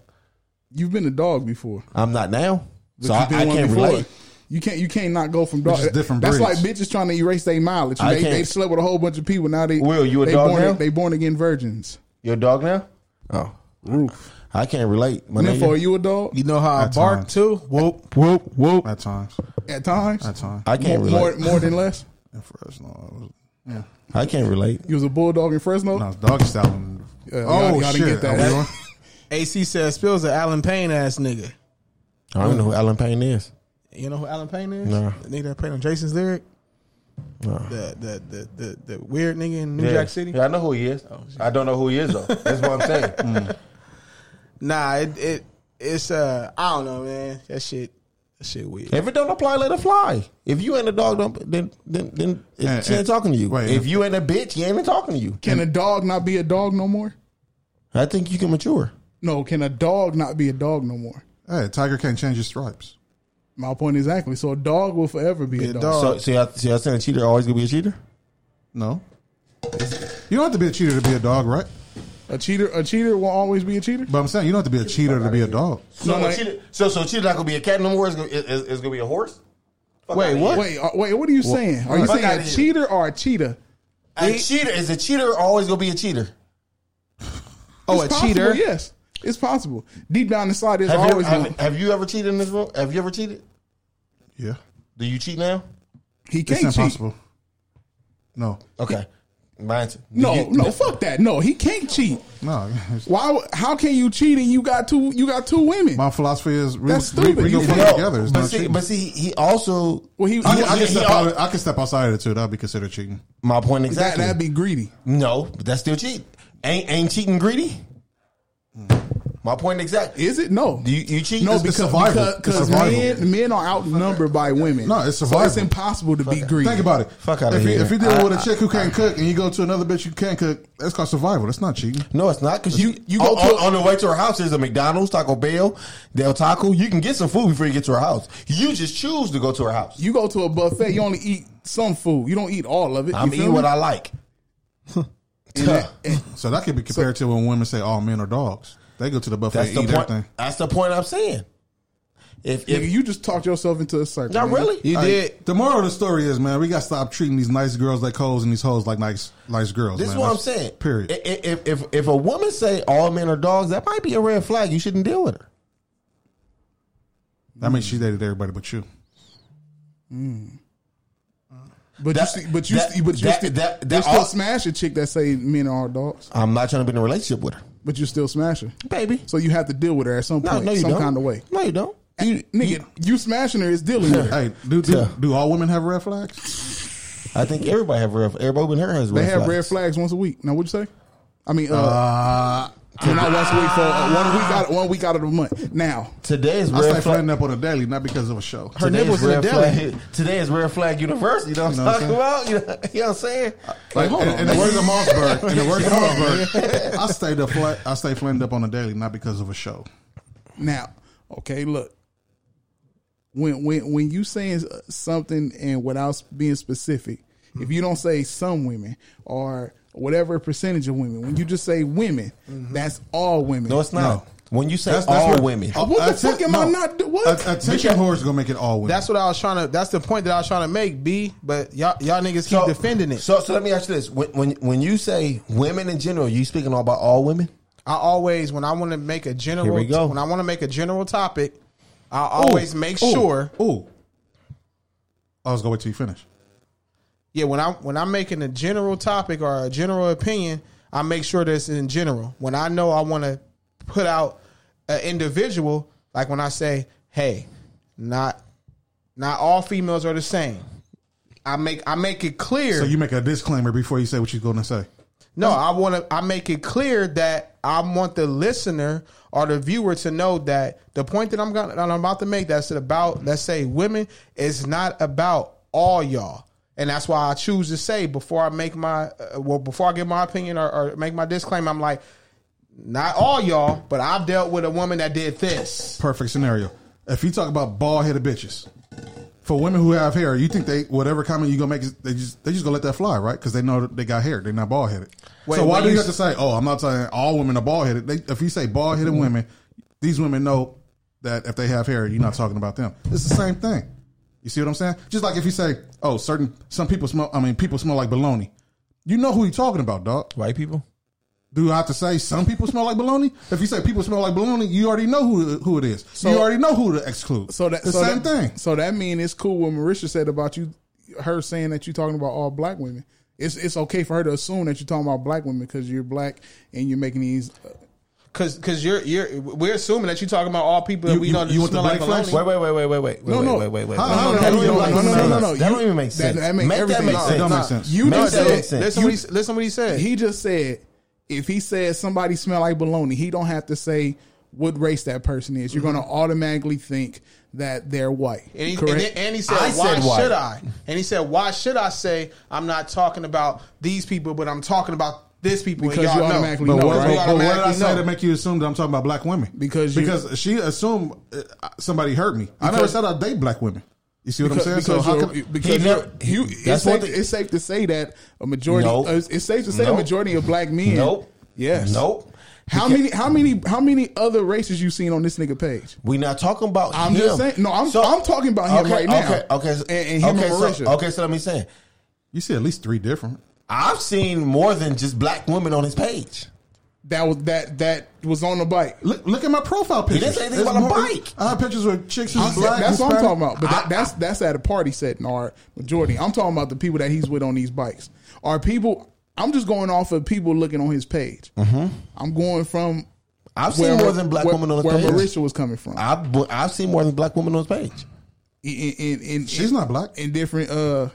[SPEAKER 6] You've been a dog before.
[SPEAKER 5] I'm not now, so I,
[SPEAKER 6] you've been
[SPEAKER 5] I
[SPEAKER 6] one
[SPEAKER 5] can't
[SPEAKER 6] before.
[SPEAKER 5] relate.
[SPEAKER 6] You can't. You can't not go from dog.
[SPEAKER 3] is different
[SPEAKER 6] That's
[SPEAKER 3] breeds.
[SPEAKER 6] like bitches trying to erase their mileage.
[SPEAKER 5] I
[SPEAKER 6] They,
[SPEAKER 5] can't-
[SPEAKER 6] they slept with a whole bunch of people. Now they.
[SPEAKER 5] Will, you a
[SPEAKER 6] they
[SPEAKER 5] dog
[SPEAKER 6] born,
[SPEAKER 5] now?
[SPEAKER 6] They born again virgins.
[SPEAKER 5] You're a dog now? Oh,
[SPEAKER 6] Roof.
[SPEAKER 5] I can't relate. My
[SPEAKER 6] Nympho, are
[SPEAKER 5] nigga.
[SPEAKER 6] you a dog?
[SPEAKER 4] you know how I
[SPEAKER 3] At
[SPEAKER 4] bark
[SPEAKER 3] times.
[SPEAKER 4] too? Whoop whoop whoop.
[SPEAKER 3] At times,
[SPEAKER 6] At times,
[SPEAKER 3] at times.
[SPEAKER 5] I can't
[SPEAKER 6] more,
[SPEAKER 5] relate.
[SPEAKER 6] more more than less.
[SPEAKER 3] And for us, no, I was-
[SPEAKER 5] I can't relate.
[SPEAKER 6] You was a bulldog in Fresno.
[SPEAKER 3] No, doggy style. and-
[SPEAKER 6] Yeah, y'all-
[SPEAKER 3] oh
[SPEAKER 6] y'all didn't
[SPEAKER 3] shit!
[SPEAKER 6] get that.
[SPEAKER 3] Are we on?
[SPEAKER 4] AC says Spills an Alan Payne ass nigga.
[SPEAKER 5] I don't know who Alan Payne is.
[SPEAKER 4] You know who Alan Payne is?
[SPEAKER 5] Nah.
[SPEAKER 4] The nigga that played on Jason's lyric.
[SPEAKER 5] Nah.
[SPEAKER 4] The, the the the the weird nigga in New
[SPEAKER 5] Yeah.
[SPEAKER 4] Jack City.
[SPEAKER 5] Yeah, I know who he is. I don't know who he is though. That's what I'm [laughs] saying.
[SPEAKER 4] Nah, it, it it's uh I don't know, man. That shit that shit weird.
[SPEAKER 5] If it don't apply, let it fly. If you ain't a dog, don't, then then then it,
[SPEAKER 3] And-
[SPEAKER 5] she ain't
[SPEAKER 3] and-
[SPEAKER 5] talking to you.
[SPEAKER 3] wait,
[SPEAKER 5] if
[SPEAKER 3] and-
[SPEAKER 5] you ain't a bitch, you ain't even talking to you.
[SPEAKER 6] Can a dog not be a dog no more?
[SPEAKER 5] I think you can mature.
[SPEAKER 6] No, can a dog not be a dog no more?
[SPEAKER 3] Hey, tiger can't change his stripes.
[SPEAKER 6] My point is exactly. So a dog will forever be, a,
[SPEAKER 4] a
[SPEAKER 6] dog.
[SPEAKER 4] dog.
[SPEAKER 5] So see, I, see, I said a cheater always gonna be a cheater.
[SPEAKER 3] No, you don't have to be a cheater to be a dog, right?
[SPEAKER 6] A cheater, a cheater will always be a cheater.
[SPEAKER 3] But I'm saying you don't have to be a cheater to be a dog.
[SPEAKER 5] So
[SPEAKER 6] No,
[SPEAKER 5] a
[SPEAKER 6] no.
[SPEAKER 5] cheater, so so a cheater not gonna be a cat no more. Is gonna, is, is is gonna be a horse. Fuck
[SPEAKER 4] Wait,
[SPEAKER 5] outta
[SPEAKER 4] what?
[SPEAKER 5] here.
[SPEAKER 6] Wait, uh, wait. What are you saying? Are you
[SPEAKER 5] Fuck
[SPEAKER 6] saying
[SPEAKER 5] outta
[SPEAKER 6] a
[SPEAKER 5] here.
[SPEAKER 6] cheater or a cheetah?
[SPEAKER 5] A cheater is a cheater always gonna be a cheater.
[SPEAKER 4] Oh,
[SPEAKER 6] It's
[SPEAKER 4] a
[SPEAKER 6] possible,
[SPEAKER 4] cheater.
[SPEAKER 6] Yes, it's possible. Deep down inside, there's
[SPEAKER 5] Have you,
[SPEAKER 6] always
[SPEAKER 5] ever,
[SPEAKER 6] one.
[SPEAKER 5] have, have you ever cheated in this room? Have you ever cheated?
[SPEAKER 3] Yeah,
[SPEAKER 5] Do you cheat now?
[SPEAKER 6] He
[SPEAKER 3] it's
[SPEAKER 6] can't cheat.
[SPEAKER 3] impossible. No,
[SPEAKER 5] Okay, my answer. Do
[SPEAKER 6] No,
[SPEAKER 5] you-
[SPEAKER 6] no, fuck that. No, he can't cheat.
[SPEAKER 3] no. [laughs]
[SPEAKER 6] Why? would- How can you cheat and you got two? You got two women.
[SPEAKER 3] My philosophy is we,
[SPEAKER 6] That's
[SPEAKER 3] we,
[SPEAKER 6] stupid.
[SPEAKER 3] we go
[SPEAKER 6] You
[SPEAKER 3] fuck
[SPEAKER 6] know,
[SPEAKER 3] together. It's
[SPEAKER 5] but
[SPEAKER 3] not
[SPEAKER 5] see,
[SPEAKER 3] cheating.
[SPEAKER 5] but see, he also
[SPEAKER 6] well, he,
[SPEAKER 3] I,
[SPEAKER 6] he-
[SPEAKER 3] can- I
[SPEAKER 5] he-
[SPEAKER 3] can step
[SPEAKER 5] he-
[SPEAKER 3] out, I can step outside of the two. That'd be considered cheating.
[SPEAKER 5] my point
[SPEAKER 6] that
[SPEAKER 5] exactly.
[SPEAKER 6] that'd be greedy.
[SPEAKER 5] No, but that's still cheat. Ain't ain't cheating greedy? My point exactly.
[SPEAKER 6] Is it? No.
[SPEAKER 5] You you cheat?
[SPEAKER 6] no,
[SPEAKER 5] It's
[SPEAKER 6] because
[SPEAKER 3] survival.
[SPEAKER 6] because
[SPEAKER 3] Hmm. It's
[SPEAKER 6] because
[SPEAKER 3] survival.
[SPEAKER 6] men men are outnumbered by women.
[SPEAKER 3] No, it's
[SPEAKER 6] So it's
[SPEAKER 3] survival.
[SPEAKER 6] impossible to be greedy.
[SPEAKER 3] Think about it.
[SPEAKER 5] Fuck outta
[SPEAKER 3] if you-
[SPEAKER 5] here.
[SPEAKER 3] if you deal
[SPEAKER 5] I-
[SPEAKER 3] with a chick who can't cook and you go to another bitch who can't cook, that's called survival. That's not cheating.
[SPEAKER 5] no, it's not because you
[SPEAKER 6] you
[SPEAKER 5] you go
[SPEAKER 6] go to-
[SPEAKER 5] Oh, on, on the way to her house. There's a McDonald's, Taco Bell, Del Taco. You can get some food before you get to her house. You just choose to go to her house.
[SPEAKER 6] You go to a buffet, you only eat some food. You don't eat all of it.
[SPEAKER 5] I'm
[SPEAKER 6] you feel
[SPEAKER 5] eating
[SPEAKER 6] me?
[SPEAKER 5] what I like. [laughs] Tuh.
[SPEAKER 3] So that could be compared to when women say all men are dogs. They go to the buffet
[SPEAKER 5] That's
[SPEAKER 3] and
[SPEAKER 5] the
[SPEAKER 3] eat
[SPEAKER 5] point.
[SPEAKER 3] everything.
[SPEAKER 5] That's the point I'm saying. If
[SPEAKER 6] Nigga,
[SPEAKER 5] if
[SPEAKER 6] you just talked yourself into a circle.
[SPEAKER 5] not
[SPEAKER 6] man.
[SPEAKER 5] really,
[SPEAKER 4] You did.
[SPEAKER 3] The moral of the story is, man, we got to stop treating these nice girls like hoes and these hoes like nice, nice girls.
[SPEAKER 5] This
[SPEAKER 3] man.
[SPEAKER 5] is what I'm
[SPEAKER 3] That's-
[SPEAKER 5] saying.
[SPEAKER 3] Period.
[SPEAKER 5] I- i- If, if if a woman say all men are dogs, that might be a red flag. You shouldn't deal with her.
[SPEAKER 3] I mean, she dated everybody but you.
[SPEAKER 6] But
[SPEAKER 5] That-
[SPEAKER 6] you see, but you,
[SPEAKER 5] that-
[SPEAKER 6] see- but you,
[SPEAKER 5] that-
[SPEAKER 6] still,
[SPEAKER 5] that- that
[SPEAKER 6] you still
[SPEAKER 5] all-
[SPEAKER 6] smash a chick that say men are all dogs,
[SPEAKER 5] I'm not trying to be in a relationship with her,
[SPEAKER 6] but you still smash her.
[SPEAKER 5] baby.
[SPEAKER 6] So you have to deal with her at some
[SPEAKER 5] No,
[SPEAKER 6] point,
[SPEAKER 5] no, you
[SPEAKER 6] some
[SPEAKER 5] don't.
[SPEAKER 6] kind of way.
[SPEAKER 5] No, you don't.
[SPEAKER 6] You, nigga, you smashing her is dealing with her.
[SPEAKER 3] [laughs] Hey, do, do,
[SPEAKER 5] Yeah.
[SPEAKER 3] do all women have red flags?
[SPEAKER 5] I think everybody have red. Everybody in her has red.
[SPEAKER 6] They have
[SPEAKER 5] flags.
[SPEAKER 6] red flags once a week. Now, what'd you say? I mean, uh,
[SPEAKER 3] Uh,
[SPEAKER 6] not once a week for uh, one week out, one week out of the month. Now,
[SPEAKER 5] Today is
[SPEAKER 3] I
[SPEAKER 5] red
[SPEAKER 3] stay
[SPEAKER 5] flag.
[SPEAKER 3] flaring up on a daily, not because of a show.
[SPEAKER 5] Her today
[SPEAKER 4] nipples
[SPEAKER 5] is
[SPEAKER 4] in
[SPEAKER 5] red
[SPEAKER 4] the
[SPEAKER 5] flag. Today is red flag university. You know what I'm
[SPEAKER 3] You know
[SPEAKER 5] talking about? [laughs]
[SPEAKER 3] what
[SPEAKER 5] You know, you know what I'm saying?
[SPEAKER 3] Like,
[SPEAKER 6] hold
[SPEAKER 3] in,
[SPEAKER 6] on,
[SPEAKER 3] in the
[SPEAKER 6] man.
[SPEAKER 3] words of Mossberg, in the
[SPEAKER 6] [laughs]
[SPEAKER 3] words of Mossberg, I stay the fla- I stay flamed up on a daily, not because of a show.
[SPEAKER 6] Now, okay, look. When when when you saying something and without being specific,
[SPEAKER 3] Mm-hmm.
[SPEAKER 6] if you don't say some women or whatever percentage of women, when you just say women,
[SPEAKER 3] Mm-hmm.
[SPEAKER 6] that's all women.
[SPEAKER 5] No, it's not. When you say
[SPEAKER 3] That's- that's
[SPEAKER 5] all
[SPEAKER 3] what-
[SPEAKER 5] women,
[SPEAKER 6] Oh, what the
[SPEAKER 3] Uh, Atten-
[SPEAKER 6] fuck am I not do- what?
[SPEAKER 3] A- Attention whore is gonna make it all women.
[SPEAKER 4] That's what I was trying to. That's the point that I was trying to make, B. But y'all, y'all niggas keep defending it.
[SPEAKER 5] So, so let me ask you this: when when when you say women in general, you speaking all about all women?
[SPEAKER 4] I always, when I want to make a general,
[SPEAKER 5] Here we go.
[SPEAKER 4] when I want to make a general topic, I always make sure.
[SPEAKER 3] Ooh, I was gonna wait till you finish.
[SPEAKER 4] Yeah, when I when I'm making a general topic or a general opinion, I make sure that it's in general. When I know I want to put out an individual, like when I say, "Hey, not not all females are the same." I make I make it clear.
[SPEAKER 3] So you make a disclaimer before you say what you're gonna say.
[SPEAKER 4] No, I want to. I make it clear that I want the listener or the viewer to know that the point that I'm going that I'm about to make that's about let's say women is not about all y'all, and that's why I choose to say before I make my uh, well before I give my opinion or, or make my disclaimer, I'm like not all y'all, but I've dealt with a woman that did this.
[SPEAKER 3] Perfect scenario. If you talk about bald headed bitches, for women who have hair, you think they whatever comment you gonna make, is- they just they just gonna let that fly, right? Because they know that they got hair, they're not bald headed.
[SPEAKER 4] Wait,
[SPEAKER 3] So why
[SPEAKER 4] when
[SPEAKER 3] do you
[SPEAKER 4] you
[SPEAKER 3] have to
[SPEAKER 4] s-
[SPEAKER 3] say, oh, I'm not saying all women are bald headed? If you say bald headed women, these women know that if they have hair, you're not talking about them. It's the same thing. You see what I'm saying? Just like if you say, oh, certain some people smell, I mean, people smell like bologna. You know who you're talking about, dog.
[SPEAKER 5] White people.
[SPEAKER 3] Do I have to say some people smell like bologna? If you say people smell like bologna, you already know who who it is. you already know who to exclude.
[SPEAKER 6] so that
[SPEAKER 3] the
[SPEAKER 6] so
[SPEAKER 3] same
[SPEAKER 6] that,
[SPEAKER 3] thing.
[SPEAKER 6] So that mean it's cool what Marisha said about you, her saying that you talking about all black women. It's it's okay for her to assume that you're talking about black women because you're black and you're making these. uh,
[SPEAKER 4] Cause, cause you're you're we're assuming that you're talking about all people that
[SPEAKER 3] You-
[SPEAKER 4] we
[SPEAKER 3] you-
[SPEAKER 4] know. that
[SPEAKER 3] you want
[SPEAKER 4] smell
[SPEAKER 3] the
[SPEAKER 4] like
[SPEAKER 3] black flesh?
[SPEAKER 4] baloney.
[SPEAKER 5] Wait, wait, wait, wait, wait, wait,
[SPEAKER 6] No,
[SPEAKER 5] wait,
[SPEAKER 6] no.
[SPEAKER 5] wait, wait, wait.
[SPEAKER 6] How-
[SPEAKER 5] No,
[SPEAKER 3] how-
[SPEAKER 5] no,
[SPEAKER 3] how-
[SPEAKER 5] that don't
[SPEAKER 3] no,
[SPEAKER 5] make
[SPEAKER 3] no, no, no,
[SPEAKER 5] sense.
[SPEAKER 3] no, no.
[SPEAKER 5] That don't
[SPEAKER 6] You-
[SPEAKER 5] even make
[SPEAKER 6] that-
[SPEAKER 5] sense.
[SPEAKER 6] that make
[SPEAKER 5] Make that
[SPEAKER 6] everything-
[SPEAKER 5] make
[SPEAKER 6] No, it
[SPEAKER 5] sense.
[SPEAKER 3] don't make sense.
[SPEAKER 6] You
[SPEAKER 5] Make
[SPEAKER 6] just
[SPEAKER 5] that
[SPEAKER 6] said-
[SPEAKER 5] make sense.
[SPEAKER 4] Listen,
[SPEAKER 5] You-
[SPEAKER 4] what he, listen what he said.
[SPEAKER 6] He just said if he says somebody smell like bologna, he don't have to say what race that person is. You're going to automatically think that they're white.
[SPEAKER 4] And he, and,
[SPEAKER 6] correct?
[SPEAKER 4] then- and he said,
[SPEAKER 5] I
[SPEAKER 4] "Why
[SPEAKER 5] said why."
[SPEAKER 4] should I?" And he said, "Why should I say I'm not talking about these people, but I'm talking about this people?"
[SPEAKER 6] Because
[SPEAKER 4] and
[SPEAKER 6] you
[SPEAKER 4] y'all
[SPEAKER 6] automatically
[SPEAKER 4] know.
[SPEAKER 3] But,
[SPEAKER 6] know,
[SPEAKER 3] what,
[SPEAKER 6] right?
[SPEAKER 3] but-
[SPEAKER 6] You
[SPEAKER 3] but what did I
[SPEAKER 4] automatically
[SPEAKER 3] say
[SPEAKER 4] know.
[SPEAKER 3] to make you assume that I'm talking about black women?
[SPEAKER 6] Because you-
[SPEAKER 3] because she assumed uh, somebody hurt me. I never
[SPEAKER 6] Because-
[SPEAKER 3] said I date black women. You see what
[SPEAKER 6] Because,
[SPEAKER 3] I'm saying? So
[SPEAKER 6] because
[SPEAKER 3] how
[SPEAKER 6] you're-
[SPEAKER 3] come?
[SPEAKER 6] because
[SPEAKER 5] He
[SPEAKER 6] you're-
[SPEAKER 5] never-
[SPEAKER 6] you, it's,
[SPEAKER 5] that's what
[SPEAKER 6] safe,
[SPEAKER 5] the-
[SPEAKER 6] it's safe to say that a majority.
[SPEAKER 5] Nope.
[SPEAKER 6] uh, it's safe to say a
[SPEAKER 5] Nope.
[SPEAKER 6] majority of black men.
[SPEAKER 5] Nope.
[SPEAKER 6] Yes.
[SPEAKER 5] Nope.
[SPEAKER 6] How many? How many? How many other races you seen on this nigga page?
[SPEAKER 5] We not talking about
[SPEAKER 6] I'm
[SPEAKER 5] him.
[SPEAKER 6] just saying- no, I'm- I'm talking about him right now.
[SPEAKER 5] Okay, okay, so-
[SPEAKER 6] And- and him
[SPEAKER 5] okay,
[SPEAKER 6] and
[SPEAKER 5] so,
[SPEAKER 6] Marisha.
[SPEAKER 5] okay, so let me say,
[SPEAKER 3] you see at least three different.
[SPEAKER 5] I've seen more than just black women on his page.
[SPEAKER 6] That was that that was on the bike.
[SPEAKER 3] Look, look at my profile picture.
[SPEAKER 5] didn't say anything about a bike.
[SPEAKER 3] I have pictures with chicks who's
[SPEAKER 6] I'm-
[SPEAKER 3] black.
[SPEAKER 6] that's what I'm
[SPEAKER 3] Hispanic.
[SPEAKER 6] talking about. But
[SPEAKER 5] I-
[SPEAKER 6] that, that's that's at a party setting or majority. I'm talking about the people that he's with on these bikes. Are people? I'm just going off of people looking on his page. I'm going
[SPEAKER 5] Mm-hmm.
[SPEAKER 6] from
[SPEAKER 5] I've seen more than black
[SPEAKER 6] where,
[SPEAKER 5] women on his
[SPEAKER 6] where
[SPEAKER 5] page.
[SPEAKER 6] Marisha was coming from.
[SPEAKER 5] I've bu- I've seen more than black women on his page.
[SPEAKER 6] in, in, in, in,
[SPEAKER 3] She's not black.
[SPEAKER 6] in different. Uh,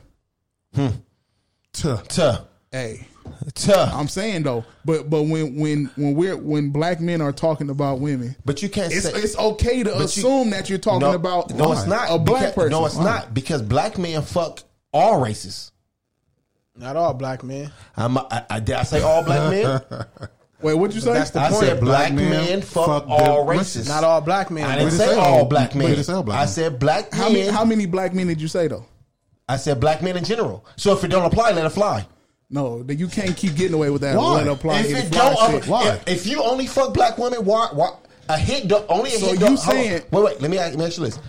[SPEAKER 3] Tuh.
[SPEAKER 5] Tuh,
[SPEAKER 6] hey,
[SPEAKER 5] tuh.
[SPEAKER 6] I'm saying though, but but when when when we're when black men are talking about women,
[SPEAKER 5] But you can't
[SPEAKER 6] it's
[SPEAKER 5] say
[SPEAKER 6] it's okay to
[SPEAKER 5] But you-
[SPEAKER 6] assume that you're talking
[SPEAKER 5] no,
[SPEAKER 6] about
[SPEAKER 5] no, it's not
[SPEAKER 6] a black
[SPEAKER 5] because-
[SPEAKER 6] person.
[SPEAKER 5] No, it's not because black men fuck all races.
[SPEAKER 4] Not all black men.
[SPEAKER 5] I'm, I, I, did I say all black men?
[SPEAKER 6] Wait, what'd you say?
[SPEAKER 4] That's the
[SPEAKER 5] I
[SPEAKER 4] point.
[SPEAKER 5] said black,
[SPEAKER 3] men
[SPEAKER 5] men, fuck,
[SPEAKER 3] fuck
[SPEAKER 5] all
[SPEAKER 3] them
[SPEAKER 5] races.
[SPEAKER 4] Not all black men.
[SPEAKER 5] I
[SPEAKER 4] Where
[SPEAKER 5] didn't
[SPEAKER 4] the-
[SPEAKER 5] say
[SPEAKER 3] say
[SPEAKER 5] all
[SPEAKER 3] all-
[SPEAKER 5] black
[SPEAKER 3] where
[SPEAKER 5] men.
[SPEAKER 3] did it say all black
[SPEAKER 5] I
[SPEAKER 3] men?
[SPEAKER 5] said black men.
[SPEAKER 6] how many how many black men did you say though?
[SPEAKER 5] I said black men in general. So if it don't apply, let it fly.
[SPEAKER 6] No, that you can't keep getting away with that.
[SPEAKER 3] Why?
[SPEAKER 6] Let apply.
[SPEAKER 5] if
[SPEAKER 6] get
[SPEAKER 5] it
[SPEAKER 6] the fly
[SPEAKER 5] don't,
[SPEAKER 6] shit.
[SPEAKER 5] if- If, you only fuck black women, why? why a hit do, only a
[SPEAKER 6] So
[SPEAKER 5] hit.
[SPEAKER 6] you
[SPEAKER 5] dog- hold on.
[SPEAKER 6] saying-
[SPEAKER 5] Wait, wait. Let me, ask, let me ask you this: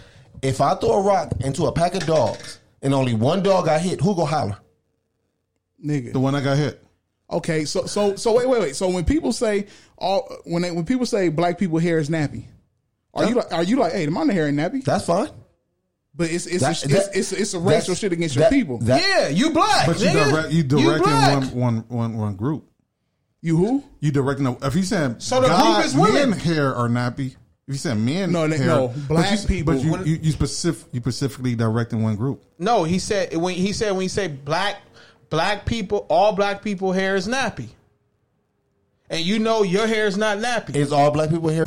[SPEAKER 5] If I throw a rock into a pack of dogs and only one dog got hit, who go holler?
[SPEAKER 3] The
[SPEAKER 6] nigga.
[SPEAKER 3] one that got hit.
[SPEAKER 6] Okay, so so so wait wait wait. So when people say all when they, when people say black people hair is nappy, are you like are you like hey my hair ain't nappy?
[SPEAKER 5] That's fine.
[SPEAKER 6] But it's it's
[SPEAKER 5] That-
[SPEAKER 6] it's,
[SPEAKER 5] that-
[SPEAKER 6] it's, it's, a
[SPEAKER 5] that's-
[SPEAKER 6] racial shit against your
[SPEAKER 5] that-
[SPEAKER 6] people.
[SPEAKER 5] that-
[SPEAKER 4] yeah, you black.
[SPEAKER 3] But you
[SPEAKER 4] nigga.
[SPEAKER 3] direct you directing
[SPEAKER 4] black.
[SPEAKER 3] one, one, one, one group.
[SPEAKER 6] you who?
[SPEAKER 3] You directing a, if you saying
[SPEAKER 4] So the
[SPEAKER 3] God,
[SPEAKER 4] group is women.
[SPEAKER 3] men hair are nappy. If you said men
[SPEAKER 6] No, they-
[SPEAKER 3] hair,
[SPEAKER 6] no,
[SPEAKER 3] but
[SPEAKER 6] black
[SPEAKER 3] you,
[SPEAKER 6] people.
[SPEAKER 3] But
[SPEAKER 6] What-
[SPEAKER 3] you, you, you specific you specifically directing one group.
[SPEAKER 4] No, he said when he said when he say black black people, all black people hair is nappy. And you know your hair is not nappy.
[SPEAKER 5] Is all black people here?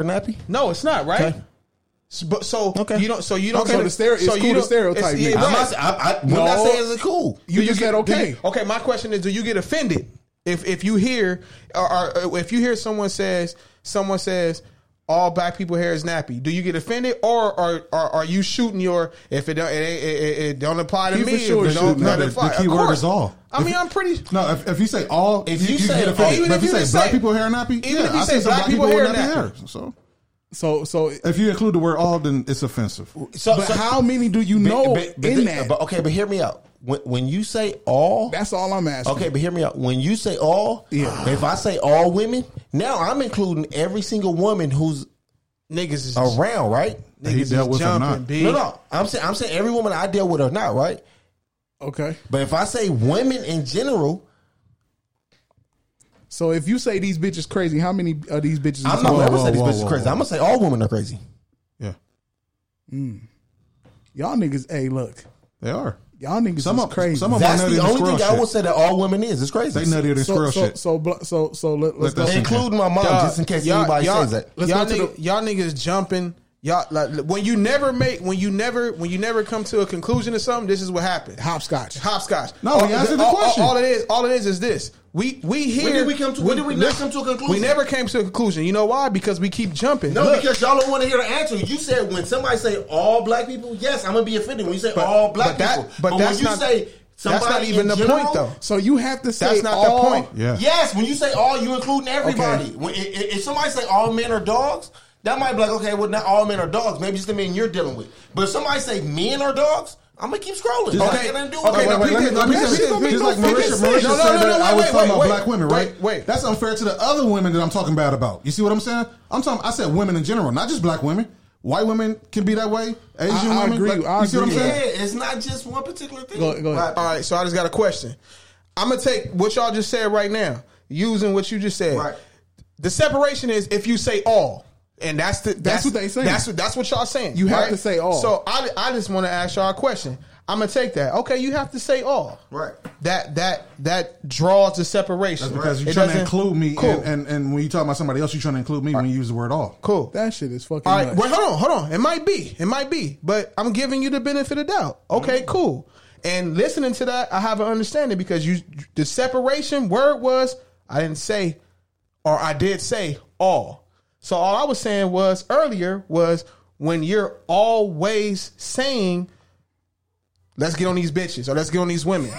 [SPEAKER 5] Nappy?
[SPEAKER 4] No, it's not right.
[SPEAKER 5] Okay.
[SPEAKER 4] S- But so
[SPEAKER 5] Okay.
[SPEAKER 4] you don't. So you don't.
[SPEAKER 6] Okay.
[SPEAKER 4] get
[SPEAKER 6] So the stereo- it's cool to stereotype
[SPEAKER 4] it's- yeah,
[SPEAKER 6] niggas.
[SPEAKER 5] I'm
[SPEAKER 4] right.
[SPEAKER 5] not, I, I, we're not
[SPEAKER 6] No.
[SPEAKER 5] saying it's cool.
[SPEAKER 6] You
[SPEAKER 4] Do
[SPEAKER 6] just said
[SPEAKER 4] get-
[SPEAKER 6] okay.
[SPEAKER 4] do you- okay, my question is: Do you get offended if if you hear or, or if you hear someone says someone says all black people hair is nappy? Do you get offended or or, or are you shooting your if it don't it, ain't- it, it, it don't apply to
[SPEAKER 6] You
[SPEAKER 4] me?
[SPEAKER 6] for
[SPEAKER 4] if
[SPEAKER 6] sure
[SPEAKER 4] it
[SPEAKER 6] shooting
[SPEAKER 4] don't,
[SPEAKER 6] it.
[SPEAKER 4] not
[SPEAKER 3] The- the
[SPEAKER 4] apply-
[SPEAKER 3] key
[SPEAKER 4] of
[SPEAKER 3] word
[SPEAKER 4] course.
[SPEAKER 3] is all.
[SPEAKER 4] I mean, I'm pretty.
[SPEAKER 3] No, if, if you say all,
[SPEAKER 5] If you say
[SPEAKER 3] get
[SPEAKER 5] all-
[SPEAKER 3] offended.
[SPEAKER 5] even
[SPEAKER 3] But
[SPEAKER 4] if
[SPEAKER 3] if you
[SPEAKER 4] you
[SPEAKER 3] say
[SPEAKER 4] just
[SPEAKER 3] black
[SPEAKER 4] say-
[SPEAKER 3] people hair nappy,
[SPEAKER 4] even if you
[SPEAKER 3] I
[SPEAKER 4] say
[SPEAKER 3] see some
[SPEAKER 4] black people hair
[SPEAKER 3] with
[SPEAKER 4] nappy.
[SPEAKER 3] So
[SPEAKER 6] So so
[SPEAKER 3] if you include the word all, then it's offensive.
[SPEAKER 5] So,
[SPEAKER 6] but how many do you know in
[SPEAKER 5] thi-
[SPEAKER 6] that?
[SPEAKER 5] But, okay, but hear me out. When, when you say all,
[SPEAKER 6] that's all I'm asking.
[SPEAKER 5] Okay, but hear me out. When you say all,
[SPEAKER 6] Yeah.
[SPEAKER 5] if I say all women, now I'm including every single woman who's
[SPEAKER 4] Niggas is
[SPEAKER 6] Oh,
[SPEAKER 5] around, right?
[SPEAKER 4] niggas
[SPEAKER 3] He
[SPEAKER 4] is
[SPEAKER 3] dealt with or
[SPEAKER 4] jumping,
[SPEAKER 3] not.
[SPEAKER 4] B.
[SPEAKER 5] No, no. I'm saying I'm saying every woman I deal with or not, right?
[SPEAKER 6] Okay.
[SPEAKER 5] But if I say women in general,
[SPEAKER 6] So if you say these bitches crazy, how many of these bitches?
[SPEAKER 5] I'm
[SPEAKER 6] is-
[SPEAKER 5] not
[SPEAKER 3] Whoa,
[SPEAKER 5] gonna
[SPEAKER 3] whoa,
[SPEAKER 5] say these
[SPEAKER 3] whoa,
[SPEAKER 5] bitches
[SPEAKER 3] whoa,
[SPEAKER 5] crazy.
[SPEAKER 3] whoa.
[SPEAKER 5] I'm gonna say all women are crazy.
[SPEAKER 3] Yeah.
[SPEAKER 6] Y'all niggas, hey, look.
[SPEAKER 3] They are.
[SPEAKER 6] Y'all niggas
[SPEAKER 3] Some
[SPEAKER 6] is
[SPEAKER 3] of-
[SPEAKER 6] crazy.
[SPEAKER 3] some of
[SPEAKER 4] That's
[SPEAKER 3] nutty
[SPEAKER 4] the
[SPEAKER 3] and
[SPEAKER 4] only
[SPEAKER 3] squirrel
[SPEAKER 4] thing I will
[SPEAKER 3] shit.
[SPEAKER 4] say that all women is. It's crazy.
[SPEAKER 3] They nuttier than
[SPEAKER 6] so,
[SPEAKER 3] squirrel
[SPEAKER 6] so,
[SPEAKER 3] shit.
[SPEAKER 6] so, blo- so, so, let, let's
[SPEAKER 3] that
[SPEAKER 6] go.
[SPEAKER 3] sink
[SPEAKER 4] Including my mom,
[SPEAKER 5] Dog,
[SPEAKER 4] just in case
[SPEAKER 5] y'all-
[SPEAKER 4] anybody
[SPEAKER 5] y'all-
[SPEAKER 4] says that.
[SPEAKER 6] Let's
[SPEAKER 5] y'all,
[SPEAKER 6] go to
[SPEAKER 5] nigga- y'all niggas jumping. Y'all like, when you never make when you never when you never come to a conclusion to something. This is what happened.
[SPEAKER 6] Hopscotch.
[SPEAKER 5] Hopscotch.
[SPEAKER 3] No, we answered the
[SPEAKER 5] all,
[SPEAKER 3] question.
[SPEAKER 5] All, all it is, all it is, is this. We we here.
[SPEAKER 4] did we come to- when did we not come to a conclusion?
[SPEAKER 5] We never came to a conclusion. You know why? Because we keep jumping.
[SPEAKER 4] No,
[SPEAKER 5] Look,
[SPEAKER 4] because y'all don't want to hear the answer. You said when somebody say all black people, yes, I'm gonna be offended when you say
[SPEAKER 5] But-
[SPEAKER 4] all black
[SPEAKER 5] but that-
[SPEAKER 4] people.
[SPEAKER 5] but
[SPEAKER 4] But,
[SPEAKER 5] that's
[SPEAKER 4] when you
[SPEAKER 5] not-
[SPEAKER 4] say somebody
[SPEAKER 5] that's not even
[SPEAKER 4] in
[SPEAKER 5] the
[SPEAKER 4] general,
[SPEAKER 5] point, though.
[SPEAKER 6] So you have to say
[SPEAKER 5] that's not
[SPEAKER 6] all-
[SPEAKER 5] the point.
[SPEAKER 3] Yeah.
[SPEAKER 4] Yes, when you say all, you including everybody.
[SPEAKER 5] Okay.
[SPEAKER 4] When, i- i- if somebody say all men are dogs, that might be like okay, well not all men are dogs. Maybe it's the men you're dealing with. But if somebody say men are dogs, I'm gonna keep scrolling.
[SPEAKER 3] Just
[SPEAKER 4] okay,
[SPEAKER 3] like-
[SPEAKER 4] and do
[SPEAKER 3] Okay,
[SPEAKER 4] it.
[SPEAKER 3] now,
[SPEAKER 5] no,
[SPEAKER 3] wait,
[SPEAKER 5] please,
[SPEAKER 3] wait, let me
[SPEAKER 5] please,
[SPEAKER 3] say
[SPEAKER 5] please,
[SPEAKER 3] this.
[SPEAKER 5] please,
[SPEAKER 3] Just like
[SPEAKER 5] please,
[SPEAKER 3] Marisha,
[SPEAKER 5] please.
[SPEAKER 3] Marisha
[SPEAKER 5] No, no, no,
[SPEAKER 3] said
[SPEAKER 5] no,
[SPEAKER 3] that I
[SPEAKER 5] wait,
[SPEAKER 3] was
[SPEAKER 5] wait,
[SPEAKER 3] talking about
[SPEAKER 5] wait,
[SPEAKER 3] black women, right?
[SPEAKER 5] wait, wait.
[SPEAKER 3] That's unfair to the other women that I'm talking bad about. You see what I'm saying? I'm talking. I said women in general, not just black women. White women can be that way. Asian
[SPEAKER 6] I
[SPEAKER 3] women.
[SPEAKER 6] agree.
[SPEAKER 3] like, you
[SPEAKER 6] I
[SPEAKER 3] see what I'm
[SPEAKER 6] agree.
[SPEAKER 3] saying?
[SPEAKER 4] yeah, it's not just one particular thing.
[SPEAKER 6] Go- go ahead.
[SPEAKER 4] Right.
[SPEAKER 5] All right, so I just got a question. I'm gonna take what y'all just said right now, using what you just said.
[SPEAKER 4] Right.
[SPEAKER 5] The separation is if you say all, and that's the that's,
[SPEAKER 6] what they saying.
[SPEAKER 5] That's what that's what y'all saying.
[SPEAKER 6] You have
[SPEAKER 5] right?
[SPEAKER 6] to say all.
[SPEAKER 5] So I, I just want to ask y'all a question. I'm gonna take that. Okay, you have to say all.
[SPEAKER 4] Right.
[SPEAKER 5] That that that draws the separation.
[SPEAKER 3] That's because you're
[SPEAKER 5] It
[SPEAKER 3] trying to
[SPEAKER 5] doesn't-
[SPEAKER 3] include me,
[SPEAKER 5] Cool.
[SPEAKER 3] and, and and when you talk about somebody else, you're trying to include me when you use the word all.
[SPEAKER 5] cool.
[SPEAKER 6] That shit is fucking.
[SPEAKER 5] All right,
[SPEAKER 6] nuts.
[SPEAKER 5] well, hold on, hold on. It might be, it might be, but I'm giving you the benefit of doubt. Okay,
[SPEAKER 3] Mm.
[SPEAKER 5] cool. And listening to that, I have an understanding because you, the separation word was, I didn't say, or I did say all. So all I was saying was earlier was when you're always saying, let's get on these bitches or let's get on these women.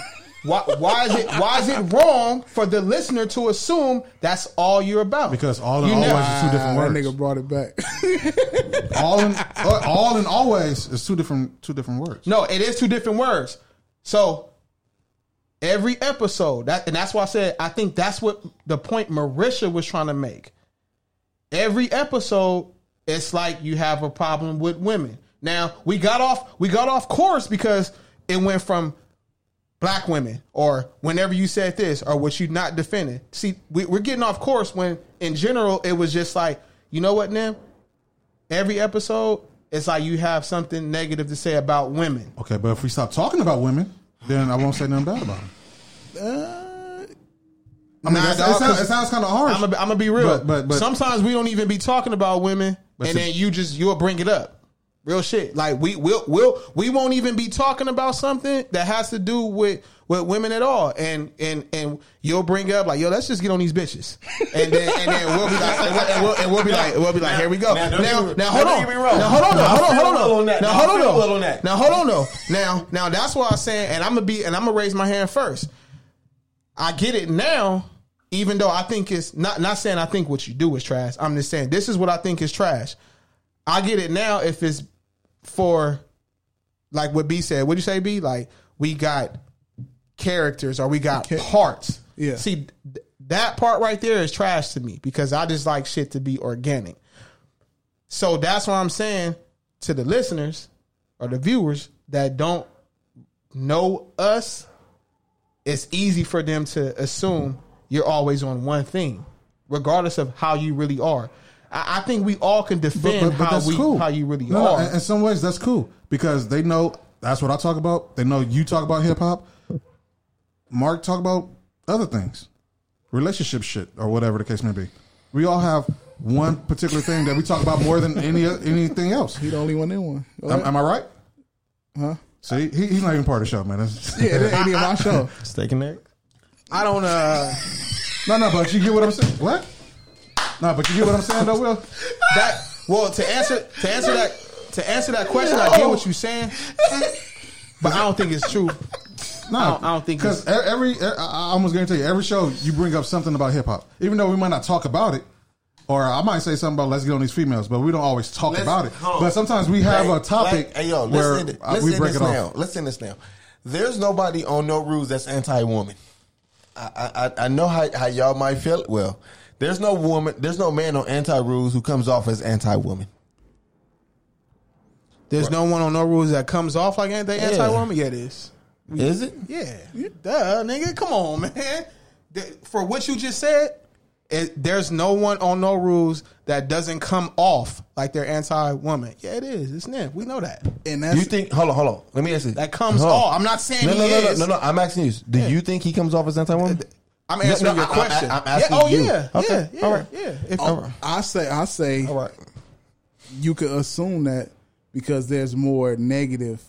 [SPEAKER 5] Why, why is it why is it wrong for the listener to assume that's all you're about?
[SPEAKER 3] Because all and
[SPEAKER 5] You
[SPEAKER 3] always
[SPEAKER 5] never-
[SPEAKER 3] is two different
[SPEAKER 6] That
[SPEAKER 3] words.
[SPEAKER 6] nigga brought it [laughs] back.
[SPEAKER 3] all
[SPEAKER 6] [laughs]
[SPEAKER 3] and uh, all and always is two different two different words.
[SPEAKER 5] No, it is two different words. So every episode, that and that's why I said I think that's what the point Marisha was trying to make. Every episode, it's like you have a problem with women. Now we got off we got off course because it went from black women or whenever you said this or what you not defending. See, we, we're getting off course when in general it was just like, you know what, Nim? Every episode, it's like you have something negative to say about women.
[SPEAKER 3] Okay, but if we stop talking about women, then I won't say nothing bad about them.
[SPEAKER 6] Uh,
[SPEAKER 3] I mean,
[SPEAKER 5] Nah,
[SPEAKER 3] that's-
[SPEAKER 5] dog,
[SPEAKER 3] it sounds,
[SPEAKER 5] 'cause
[SPEAKER 3] it sounds kind of harsh.
[SPEAKER 5] I'm gonna be real.
[SPEAKER 3] But, but, but
[SPEAKER 5] sometimes we don't even be talking about women,
[SPEAKER 3] But
[SPEAKER 5] and
[SPEAKER 3] to-
[SPEAKER 5] then you just you'll bring it up. Real shit. Like we will will we won't even be talking about something that has to do with with women at all. And and and you'll bring up like yo, let's just get on these bitches. And then and then we'll be like and we'll, and we'll, and we'll be like we'll be like here we go.
[SPEAKER 4] Now,
[SPEAKER 5] Now
[SPEAKER 4] don't get me-
[SPEAKER 5] now, hold
[SPEAKER 4] don't
[SPEAKER 5] on.
[SPEAKER 4] get me wrong.
[SPEAKER 5] Now hold on.
[SPEAKER 4] Now,
[SPEAKER 5] though.
[SPEAKER 4] I
[SPEAKER 5] Hold on.
[SPEAKER 4] feel
[SPEAKER 5] Hold
[SPEAKER 4] well
[SPEAKER 5] on.
[SPEAKER 4] on
[SPEAKER 5] though.
[SPEAKER 4] that.
[SPEAKER 5] Now
[SPEAKER 4] Now, I
[SPEAKER 5] hold
[SPEAKER 4] feel
[SPEAKER 5] on.
[SPEAKER 4] well
[SPEAKER 5] though.
[SPEAKER 4] on that.
[SPEAKER 5] Now hold on though. Now now that's why I'm saying and I'm gonna be and I'm gonna raise my hand first. I get it now, even though I think it's not not saying I think what you do is trash. I'm just saying this is what I think is trash. I get it now if it's for like what B said. What'd you say, B? Like we got characters or we got parts.
[SPEAKER 6] Yeah.
[SPEAKER 5] See th- that part right there is trash to me because I just like shit to be organic. So that's why I'm saying to the listeners or the viewers that don't know us it's easy for them to assume you're always on one thing, regardless of how you really are. I, I think we all can defend how we how you really
[SPEAKER 3] No, no,
[SPEAKER 5] are.
[SPEAKER 3] in- in some ways, that's cool because they know that's what I talk about. They know you talk about hip hop. Mark talk about other things, relationship shit or whatever the case may be. We all have one particular thing that we talk about more than any anything else.
[SPEAKER 6] he the only one in [laughs] one. Oh, Go
[SPEAKER 3] Am,
[SPEAKER 6] ahead.
[SPEAKER 3] am I right? Huh? See, he, he's not even part of the show, man. That's- [laughs]
[SPEAKER 6] yeah, that ain't even my show.
[SPEAKER 4] Steak and egg.
[SPEAKER 5] I don't. uh
[SPEAKER 3] no, no, but you get what I'm saying. What? No, but you get what I'm saying, though. Will
[SPEAKER 5] That well to answer to answer that to answer that question. I get what you're
[SPEAKER 3] [laughs]
[SPEAKER 5] saying, but I don't think it's true.
[SPEAKER 3] No,
[SPEAKER 5] I don't- I don't think
[SPEAKER 3] because e-, every, every I I almost guarantee you every show you bring up something about hip hop, even though we might not talk about it, or I might say something about let's get on these females, but we don't always talk
[SPEAKER 4] Let's-
[SPEAKER 3] about it.
[SPEAKER 4] hold on.
[SPEAKER 3] But sometimes we have
[SPEAKER 4] Like-
[SPEAKER 3] a topic
[SPEAKER 4] like- hey, yo, let's
[SPEAKER 3] where
[SPEAKER 4] end it.
[SPEAKER 3] uh,
[SPEAKER 4] Let's
[SPEAKER 3] we
[SPEAKER 4] end
[SPEAKER 3] break
[SPEAKER 4] this
[SPEAKER 3] it off.
[SPEAKER 4] now. Let's end this now. There's nobody on no rules that's anti-woman. I- I, I, I know how, how y'all might feel. Well, there's no woman, there's no man on anti-rules who comes off as anti-woman.
[SPEAKER 5] There's no one on no rules that comes off like anti
[SPEAKER 4] Yeah.
[SPEAKER 5] anti woman. Yeah, it is.
[SPEAKER 4] Is it? [laughs]
[SPEAKER 5] Yeah, duh, nigga. Come on, man. Th- For what you just said,
[SPEAKER 4] It, there's no one on no rules that doesn't come off like they're anti-woman. Yeah, it is. It's Nip. We know that.
[SPEAKER 6] And
[SPEAKER 5] Do
[SPEAKER 6] that's
[SPEAKER 5] you think? Hold on, hold on. Let me ask you.
[SPEAKER 4] That comes
[SPEAKER 5] Hold on.
[SPEAKER 4] off. I'm not saying
[SPEAKER 5] no,
[SPEAKER 4] he
[SPEAKER 5] no, no,
[SPEAKER 4] is.
[SPEAKER 5] no, no, no. I'm asking you. Do you think he comes off as anti-woman?
[SPEAKER 4] I'm answering
[SPEAKER 5] no,
[SPEAKER 4] your
[SPEAKER 5] I- I-
[SPEAKER 4] question.
[SPEAKER 5] I'm asking
[SPEAKER 4] yeah, oh
[SPEAKER 5] you.
[SPEAKER 4] yeah,
[SPEAKER 5] Okay,
[SPEAKER 4] yeah, yeah,
[SPEAKER 5] all right.
[SPEAKER 4] yeah. If,
[SPEAKER 5] All right.
[SPEAKER 6] I say I say
[SPEAKER 5] All right.
[SPEAKER 6] you could assume that because there's more negative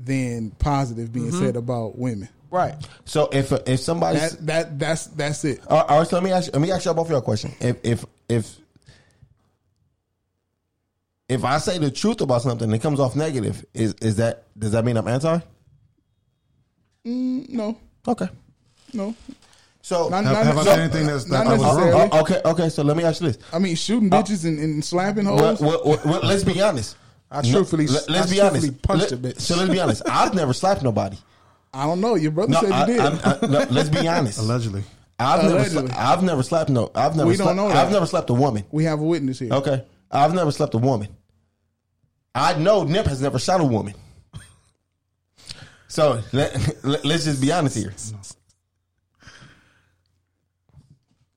[SPEAKER 6] than positive being said about women.
[SPEAKER 4] Right.
[SPEAKER 5] So if if somebody
[SPEAKER 6] That that Mm-hmm. that's that's it.
[SPEAKER 5] All right, all right, so let me ask you, let me ask y'all both y'all a question. If if if if I say the truth about something and it comes off negative, is is that does that mean I'm anti?
[SPEAKER 6] No,
[SPEAKER 5] Okay.
[SPEAKER 6] no.
[SPEAKER 5] So
[SPEAKER 6] Not-
[SPEAKER 3] Have,
[SPEAKER 6] not-
[SPEAKER 3] have I
[SPEAKER 6] so-
[SPEAKER 3] said anything that's
[SPEAKER 6] not
[SPEAKER 3] that I was
[SPEAKER 6] necessarily.
[SPEAKER 3] wrong?
[SPEAKER 5] Oh, oh, okay, okay. So let me ask you this.
[SPEAKER 6] I mean, shooting bitches and, and slapping
[SPEAKER 5] Well,
[SPEAKER 6] hoes.
[SPEAKER 5] well, well, well, let's be honest.
[SPEAKER 4] I truthfully-
[SPEAKER 5] let, us
[SPEAKER 4] I
[SPEAKER 5] be honest.
[SPEAKER 4] truthfully punched
[SPEAKER 5] Let-
[SPEAKER 4] a bitch.
[SPEAKER 5] So let's be honest. I've never slapped
[SPEAKER 6] [laughs]
[SPEAKER 5] nobody.
[SPEAKER 6] I don't know. Your brother
[SPEAKER 5] No,
[SPEAKER 6] said
[SPEAKER 5] I,
[SPEAKER 6] you did.
[SPEAKER 5] I- I- no, let's
[SPEAKER 6] [laughs]
[SPEAKER 5] be honest.
[SPEAKER 3] Allegedly.
[SPEAKER 5] I've never,
[SPEAKER 6] Allegedly.
[SPEAKER 5] sla- I've never slapped no. I've never.
[SPEAKER 6] We don't
[SPEAKER 5] slapped-
[SPEAKER 6] know that.
[SPEAKER 5] I've never slapped a woman.
[SPEAKER 6] we have a witness here.
[SPEAKER 5] Okay. I've never slept a woman. I know Nip has never shot a woman. So let, let, us just be honest here.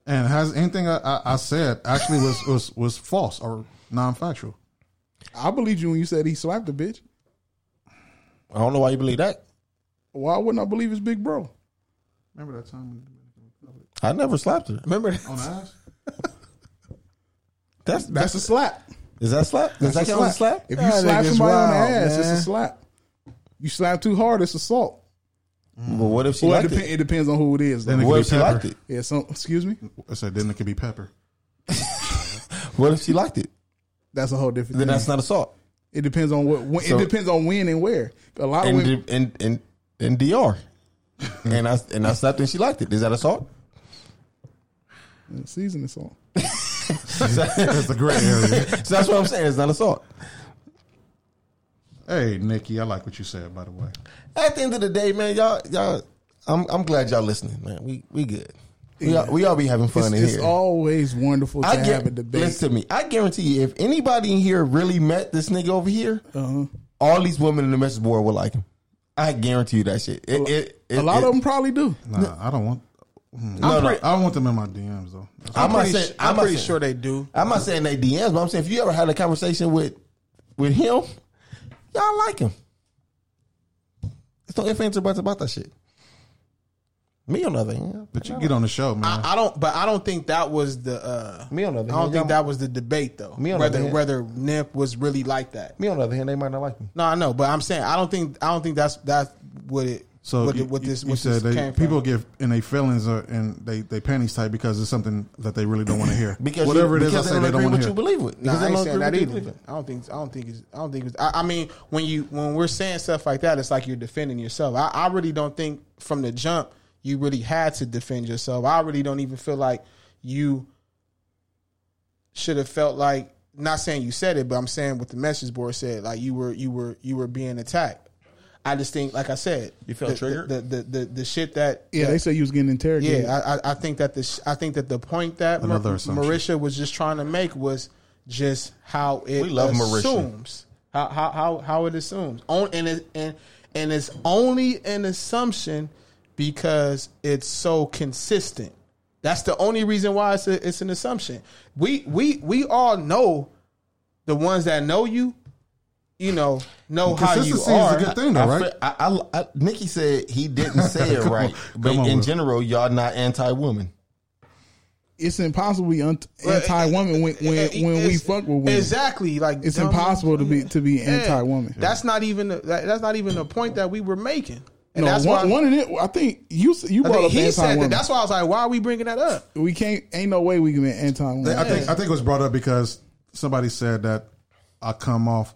[SPEAKER 3] And has anything I, I, I said actually was, was was false or non-factual?
[SPEAKER 6] I believed you when you said he slapped a bitch.
[SPEAKER 5] I don't know why you believe that.
[SPEAKER 6] Why wouldn't I believe his big bro?
[SPEAKER 3] Remember that time when-
[SPEAKER 5] I never slapped her.
[SPEAKER 4] Remember that?
[SPEAKER 3] on the ass?
[SPEAKER 5] That's,
[SPEAKER 6] That's a slap.
[SPEAKER 5] is that slap? Does that count as a slap?
[SPEAKER 6] If
[SPEAKER 4] Nah,
[SPEAKER 6] you slap
[SPEAKER 4] nigga's
[SPEAKER 6] somebody on the
[SPEAKER 4] wild,
[SPEAKER 6] ass, it's
[SPEAKER 4] man.
[SPEAKER 6] a slap. You slap too hard, it's assault.
[SPEAKER 5] Well, what if she
[SPEAKER 6] Well, it,
[SPEAKER 5] liked
[SPEAKER 6] depen-
[SPEAKER 5] it?
[SPEAKER 6] it depends on who it is. Though.
[SPEAKER 3] Then it
[SPEAKER 5] What
[SPEAKER 3] could
[SPEAKER 5] if
[SPEAKER 3] be
[SPEAKER 5] she liked
[SPEAKER 3] pepper.
[SPEAKER 5] it?
[SPEAKER 6] Yeah, so excuse me.
[SPEAKER 3] I said then it could be pepper. [laughs]
[SPEAKER 5] What if she liked it?
[SPEAKER 6] That's a whole different.
[SPEAKER 5] Then
[SPEAKER 6] thing.
[SPEAKER 5] that's not assault.
[SPEAKER 6] It depends on what. When,
[SPEAKER 5] So-
[SPEAKER 6] it depends on when and where. A lot of
[SPEAKER 5] And
[SPEAKER 6] women.
[SPEAKER 5] and and and DR. and I and I slapped her and she liked it. Is that assault?
[SPEAKER 6] season
[SPEAKER 5] [laughs]
[SPEAKER 6] is on.
[SPEAKER 3] That's the gray area.
[SPEAKER 5] So that's what I'm saying. It's not assault.
[SPEAKER 3] hey, Nikki, I like what you said. By the way,
[SPEAKER 5] At the end of the day, man, y'all y'all. I'm I'm glad y'all listening, man. We we good. We all, we all be having fun
[SPEAKER 6] It's,
[SPEAKER 5] in
[SPEAKER 6] it's
[SPEAKER 5] here.
[SPEAKER 6] always wonderful to
[SPEAKER 5] I
[SPEAKER 6] have
[SPEAKER 5] get,
[SPEAKER 6] a debate.
[SPEAKER 5] Listen to me. I guarantee you, if anybody in here really met this nigga over here,
[SPEAKER 6] Uh-huh.
[SPEAKER 5] all these women in the message board would like him. I guarantee you that shit. It, it, it,
[SPEAKER 6] a lot
[SPEAKER 5] it-
[SPEAKER 6] of them probably do.
[SPEAKER 3] nah, I don't want. Mm.
[SPEAKER 5] No, no.
[SPEAKER 3] I don't want them in my DMs though.
[SPEAKER 5] I'm, not
[SPEAKER 4] pretty,
[SPEAKER 5] saying.
[SPEAKER 4] I'm,
[SPEAKER 5] I'm, not
[SPEAKER 4] pretty
[SPEAKER 5] saying-
[SPEAKER 4] sure they do.
[SPEAKER 5] I'm not saying they DMs, but I'm saying if you ever had a conversation with with him, y'all like him. It's no ifs ands or buts about that shit. Me on the other hand,
[SPEAKER 3] But you get on the show, man.
[SPEAKER 4] I, I don't, but I don't think that was the. Uh,
[SPEAKER 5] Me on the
[SPEAKER 4] I
[SPEAKER 5] other
[SPEAKER 4] don't
[SPEAKER 5] hand,
[SPEAKER 4] think
[SPEAKER 5] y'all-
[SPEAKER 4] that was the debate though.
[SPEAKER 5] Me on the
[SPEAKER 4] whether
[SPEAKER 5] other hand-
[SPEAKER 4] whether Nip was really like that.
[SPEAKER 5] me on the other hand, they might not like me.
[SPEAKER 4] No, I know, but I'm saying I don't think I don't think that's that's what it.
[SPEAKER 3] so
[SPEAKER 4] what,
[SPEAKER 3] you,
[SPEAKER 4] the- what
[SPEAKER 3] you-
[SPEAKER 4] this
[SPEAKER 3] you
[SPEAKER 4] what
[SPEAKER 3] said
[SPEAKER 4] this
[SPEAKER 3] they,
[SPEAKER 4] came
[SPEAKER 3] people
[SPEAKER 4] from.
[SPEAKER 3] give and they feelings are, and they they panties tight because it's something that they really don't want to
[SPEAKER 4] [clears throat]
[SPEAKER 3] hear.
[SPEAKER 5] Because
[SPEAKER 3] whatever
[SPEAKER 5] you,
[SPEAKER 3] it is, I
[SPEAKER 5] because
[SPEAKER 3] say they don't
[SPEAKER 5] agree
[SPEAKER 3] want
[SPEAKER 5] what
[SPEAKER 3] to
[SPEAKER 5] you
[SPEAKER 3] hear.
[SPEAKER 5] believe
[SPEAKER 4] Nah,
[SPEAKER 5] with. Because
[SPEAKER 4] I
[SPEAKER 5] they
[SPEAKER 4] ain't
[SPEAKER 5] don't
[SPEAKER 4] saying
[SPEAKER 5] agree
[SPEAKER 4] that
[SPEAKER 5] with you
[SPEAKER 4] either.
[SPEAKER 5] believe in.
[SPEAKER 4] I don't think I don't think it's I don't think it's, I, I mean when you when we're saying stuff like that, it's like you're defending yourself. I, I really don't think from the jump you really had to defend yourself. I really don't even feel like you should have felt like not saying you said it, but I'm saying what the message board said. Like you were you were you were being attacked. I just think, like I said,
[SPEAKER 5] You felt
[SPEAKER 4] the-
[SPEAKER 5] triggered?
[SPEAKER 4] The the, the, the the shit that
[SPEAKER 6] Yeah,
[SPEAKER 4] that-
[SPEAKER 6] they say you was getting interrogated.
[SPEAKER 4] yeah, I, I, I think that this. I think that the point that Mar-
[SPEAKER 3] Another assumption.
[SPEAKER 4] Marisha was just trying to make was just how it
[SPEAKER 5] We love Marisha.
[SPEAKER 4] assumes how how how, how it assumes on and it, and and it's only an assumption because it's so consistent. That's the only reason why it's a, it's an assumption. We we we all know the ones that know you, you know know how you
[SPEAKER 3] Consistency
[SPEAKER 4] are.
[SPEAKER 3] is a good thing, though,
[SPEAKER 5] I
[SPEAKER 3] right?
[SPEAKER 5] feel- I, I- I- Nikki said he didn't
[SPEAKER 3] [laughs]
[SPEAKER 5] say it
[SPEAKER 3] Come
[SPEAKER 5] right,
[SPEAKER 3] on.
[SPEAKER 5] but
[SPEAKER 3] Come on,
[SPEAKER 5] in
[SPEAKER 3] Will.
[SPEAKER 5] general, y'all not anti-woman.
[SPEAKER 6] It's impossible to be un-
[SPEAKER 4] Well,
[SPEAKER 6] anti-woman when when,
[SPEAKER 4] it-
[SPEAKER 6] when we
[SPEAKER 4] it's-
[SPEAKER 6] fuck with women.
[SPEAKER 4] Exactly, like
[SPEAKER 6] It's
[SPEAKER 4] dumb-
[SPEAKER 6] impossible to be to be
[SPEAKER 4] Yeah.
[SPEAKER 6] anti-woman.
[SPEAKER 4] That's not even the, that, that's not even the point that we were making. And
[SPEAKER 6] no,
[SPEAKER 4] that's
[SPEAKER 6] one,
[SPEAKER 4] why
[SPEAKER 6] one of it. I think you s- you
[SPEAKER 4] I
[SPEAKER 6] brought
[SPEAKER 4] think
[SPEAKER 6] up
[SPEAKER 4] he said
[SPEAKER 6] anti-woman.
[SPEAKER 4] that. That's why I was like, why are we bringing that up?
[SPEAKER 6] we can't. Ain't no way we can be anti-woman.
[SPEAKER 3] I think I think it was brought up because somebody said that I come off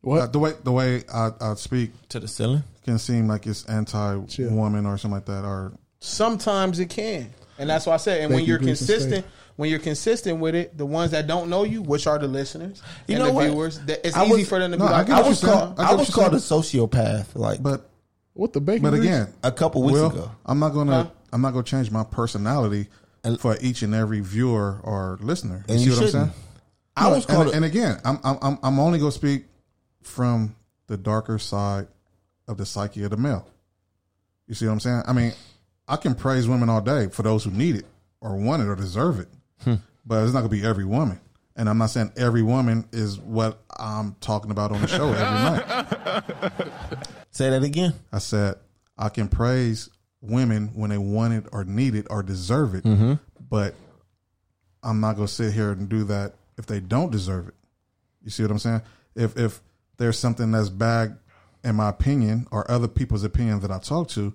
[SPEAKER 6] what?
[SPEAKER 3] uh, the way the way I, I speak
[SPEAKER 5] To the ceiling.
[SPEAKER 3] can seem like it's anti woman or something like that. Or
[SPEAKER 4] Sometimes it can, and that's why I said. And when
[SPEAKER 6] Thank
[SPEAKER 4] you're
[SPEAKER 6] you, Grease and
[SPEAKER 4] consistent, when you're consistent with it, the ones that don't know you, which are the listeners
[SPEAKER 5] You
[SPEAKER 4] and
[SPEAKER 5] know
[SPEAKER 4] the
[SPEAKER 5] what?
[SPEAKER 4] viewers, that it's
[SPEAKER 5] I
[SPEAKER 4] easy
[SPEAKER 5] was-
[SPEAKER 4] for them to
[SPEAKER 3] No,
[SPEAKER 4] be
[SPEAKER 3] I
[SPEAKER 4] like, "Oh,
[SPEAKER 3] get
[SPEAKER 5] I
[SPEAKER 3] what
[SPEAKER 5] was
[SPEAKER 3] you said.
[SPEAKER 5] called
[SPEAKER 3] I
[SPEAKER 5] I,
[SPEAKER 3] get what
[SPEAKER 5] was
[SPEAKER 3] you
[SPEAKER 5] called a sociopath. Like,
[SPEAKER 3] but
[SPEAKER 6] What the bacon?
[SPEAKER 3] but
[SPEAKER 6] grease?
[SPEAKER 3] again,
[SPEAKER 5] A couple weeks
[SPEAKER 3] Will,
[SPEAKER 5] ago.
[SPEAKER 3] I'm not gonna I'm not gonna change my personality for each and every viewer or listener. You
[SPEAKER 5] And
[SPEAKER 3] see
[SPEAKER 5] you
[SPEAKER 3] what I'm saying?
[SPEAKER 5] shouldn't. I was
[SPEAKER 3] and,
[SPEAKER 5] called. a-
[SPEAKER 3] and again, I'm I'm I'm- I'm only gonna speak from the darker side of the psyche of the male. You see what I'm saying? I mean, I can praise women all day for those who need it. or want it or deserve it.
[SPEAKER 5] Hmm.
[SPEAKER 3] But it's not going to be every woman. And I'm not saying every woman is what I'm talking about on the show
[SPEAKER 5] [laughs]
[SPEAKER 3] every night.
[SPEAKER 5] Say that again.
[SPEAKER 3] I said, I can praise women when they want it or need it or deserve it. But I'm not going to sit here and do that if they don't deserve it. You see what I'm saying? If if there's something that's bad, in my opinion, or other people's opinion that I talk to,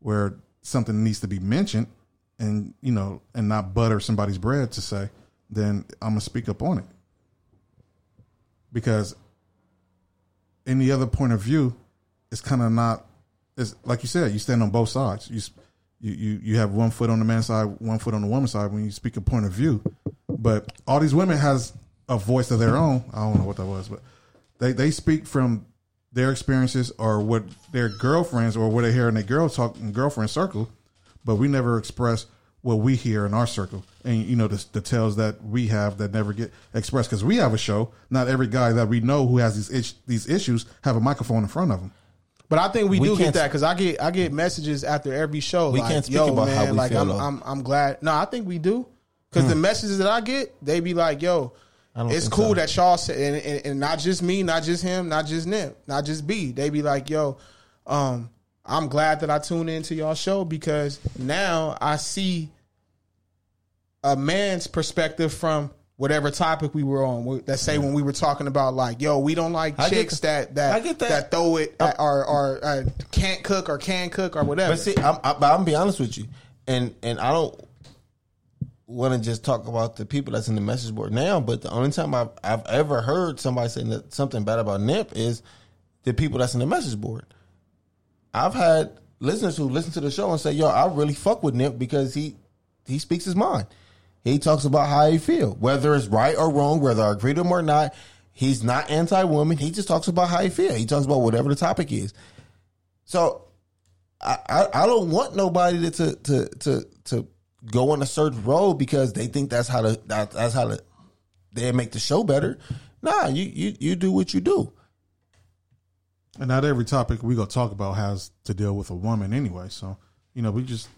[SPEAKER 3] where something needs to be mentioned, and you know, and not butter somebody's bread to say, then I'm gonna speak up on it. Because any other point of view, it's kind of not. It's like you said, you stand on both sides. You s- you you you have one foot on the man's side, one foot on the woman's side when you speak a point of view. But all these women has a voice of their own. I don't know what that was, but they they speak from their experiences or what their girlfriends or what they hear in their girl talk in girlfriend circle. But we never express what we hear in our circle, and you know the, the tales that we have that never get expressed because we have a show. Not every guy that we know who has these itch, these issues have a microphone in front of them.
[SPEAKER 4] But I think we,
[SPEAKER 5] We
[SPEAKER 4] do
[SPEAKER 5] can't-
[SPEAKER 4] get that because I get I get messages after every show.
[SPEAKER 5] We
[SPEAKER 4] like,
[SPEAKER 5] can't speak
[SPEAKER 4] yo,
[SPEAKER 5] about how
[SPEAKER 4] man,
[SPEAKER 5] we
[SPEAKER 4] like,
[SPEAKER 5] feel,
[SPEAKER 4] I'm,
[SPEAKER 5] though. Hmm.
[SPEAKER 4] I'm I'm glad. No, I think we do because the messages that I get, they be like, yo,
[SPEAKER 5] don't
[SPEAKER 4] it's
[SPEAKER 5] think
[SPEAKER 4] cool
[SPEAKER 5] so.
[SPEAKER 4] that y'all said, and, and, and not just me, not just him, not just Nip, not just B. They be like, yo, um, I'm glad that I tune into y'all show because now I see a man's perspective from whatever topic we were on. We- Let's say when we were talking about like, yo, we don't like
[SPEAKER 5] I get
[SPEAKER 4] chicks that that
[SPEAKER 5] I get that.
[SPEAKER 4] throw it at, or or uh, can't cook or can cook or whatever.
[SPEAKER 5] But see, I'm, I, but I'm gonna be honest with you, and and I don't want to just talk about the people that's in the message board now. But the only time I've I've ever heard somebody saying that something bad about Nip is the people that's in the message board. I've had listeners who listen to the show and say, "Yo, I really fuck with Nip because he he speaks his mind. He talks about how he feel, whether it's right or wrong, whether I agree to him or not. He's not anti-woman. He just talks about how he feel. He talks about whatever the topic is. So I, I, I don't want nobody to to, to to to go on a certain road because they think that's how to that, that's how to they make the show better. Nah, you you you do what you do.
[SPEAKER 3] And not every topic we gonna talk about has to deal with a woman anyway. So you know, we just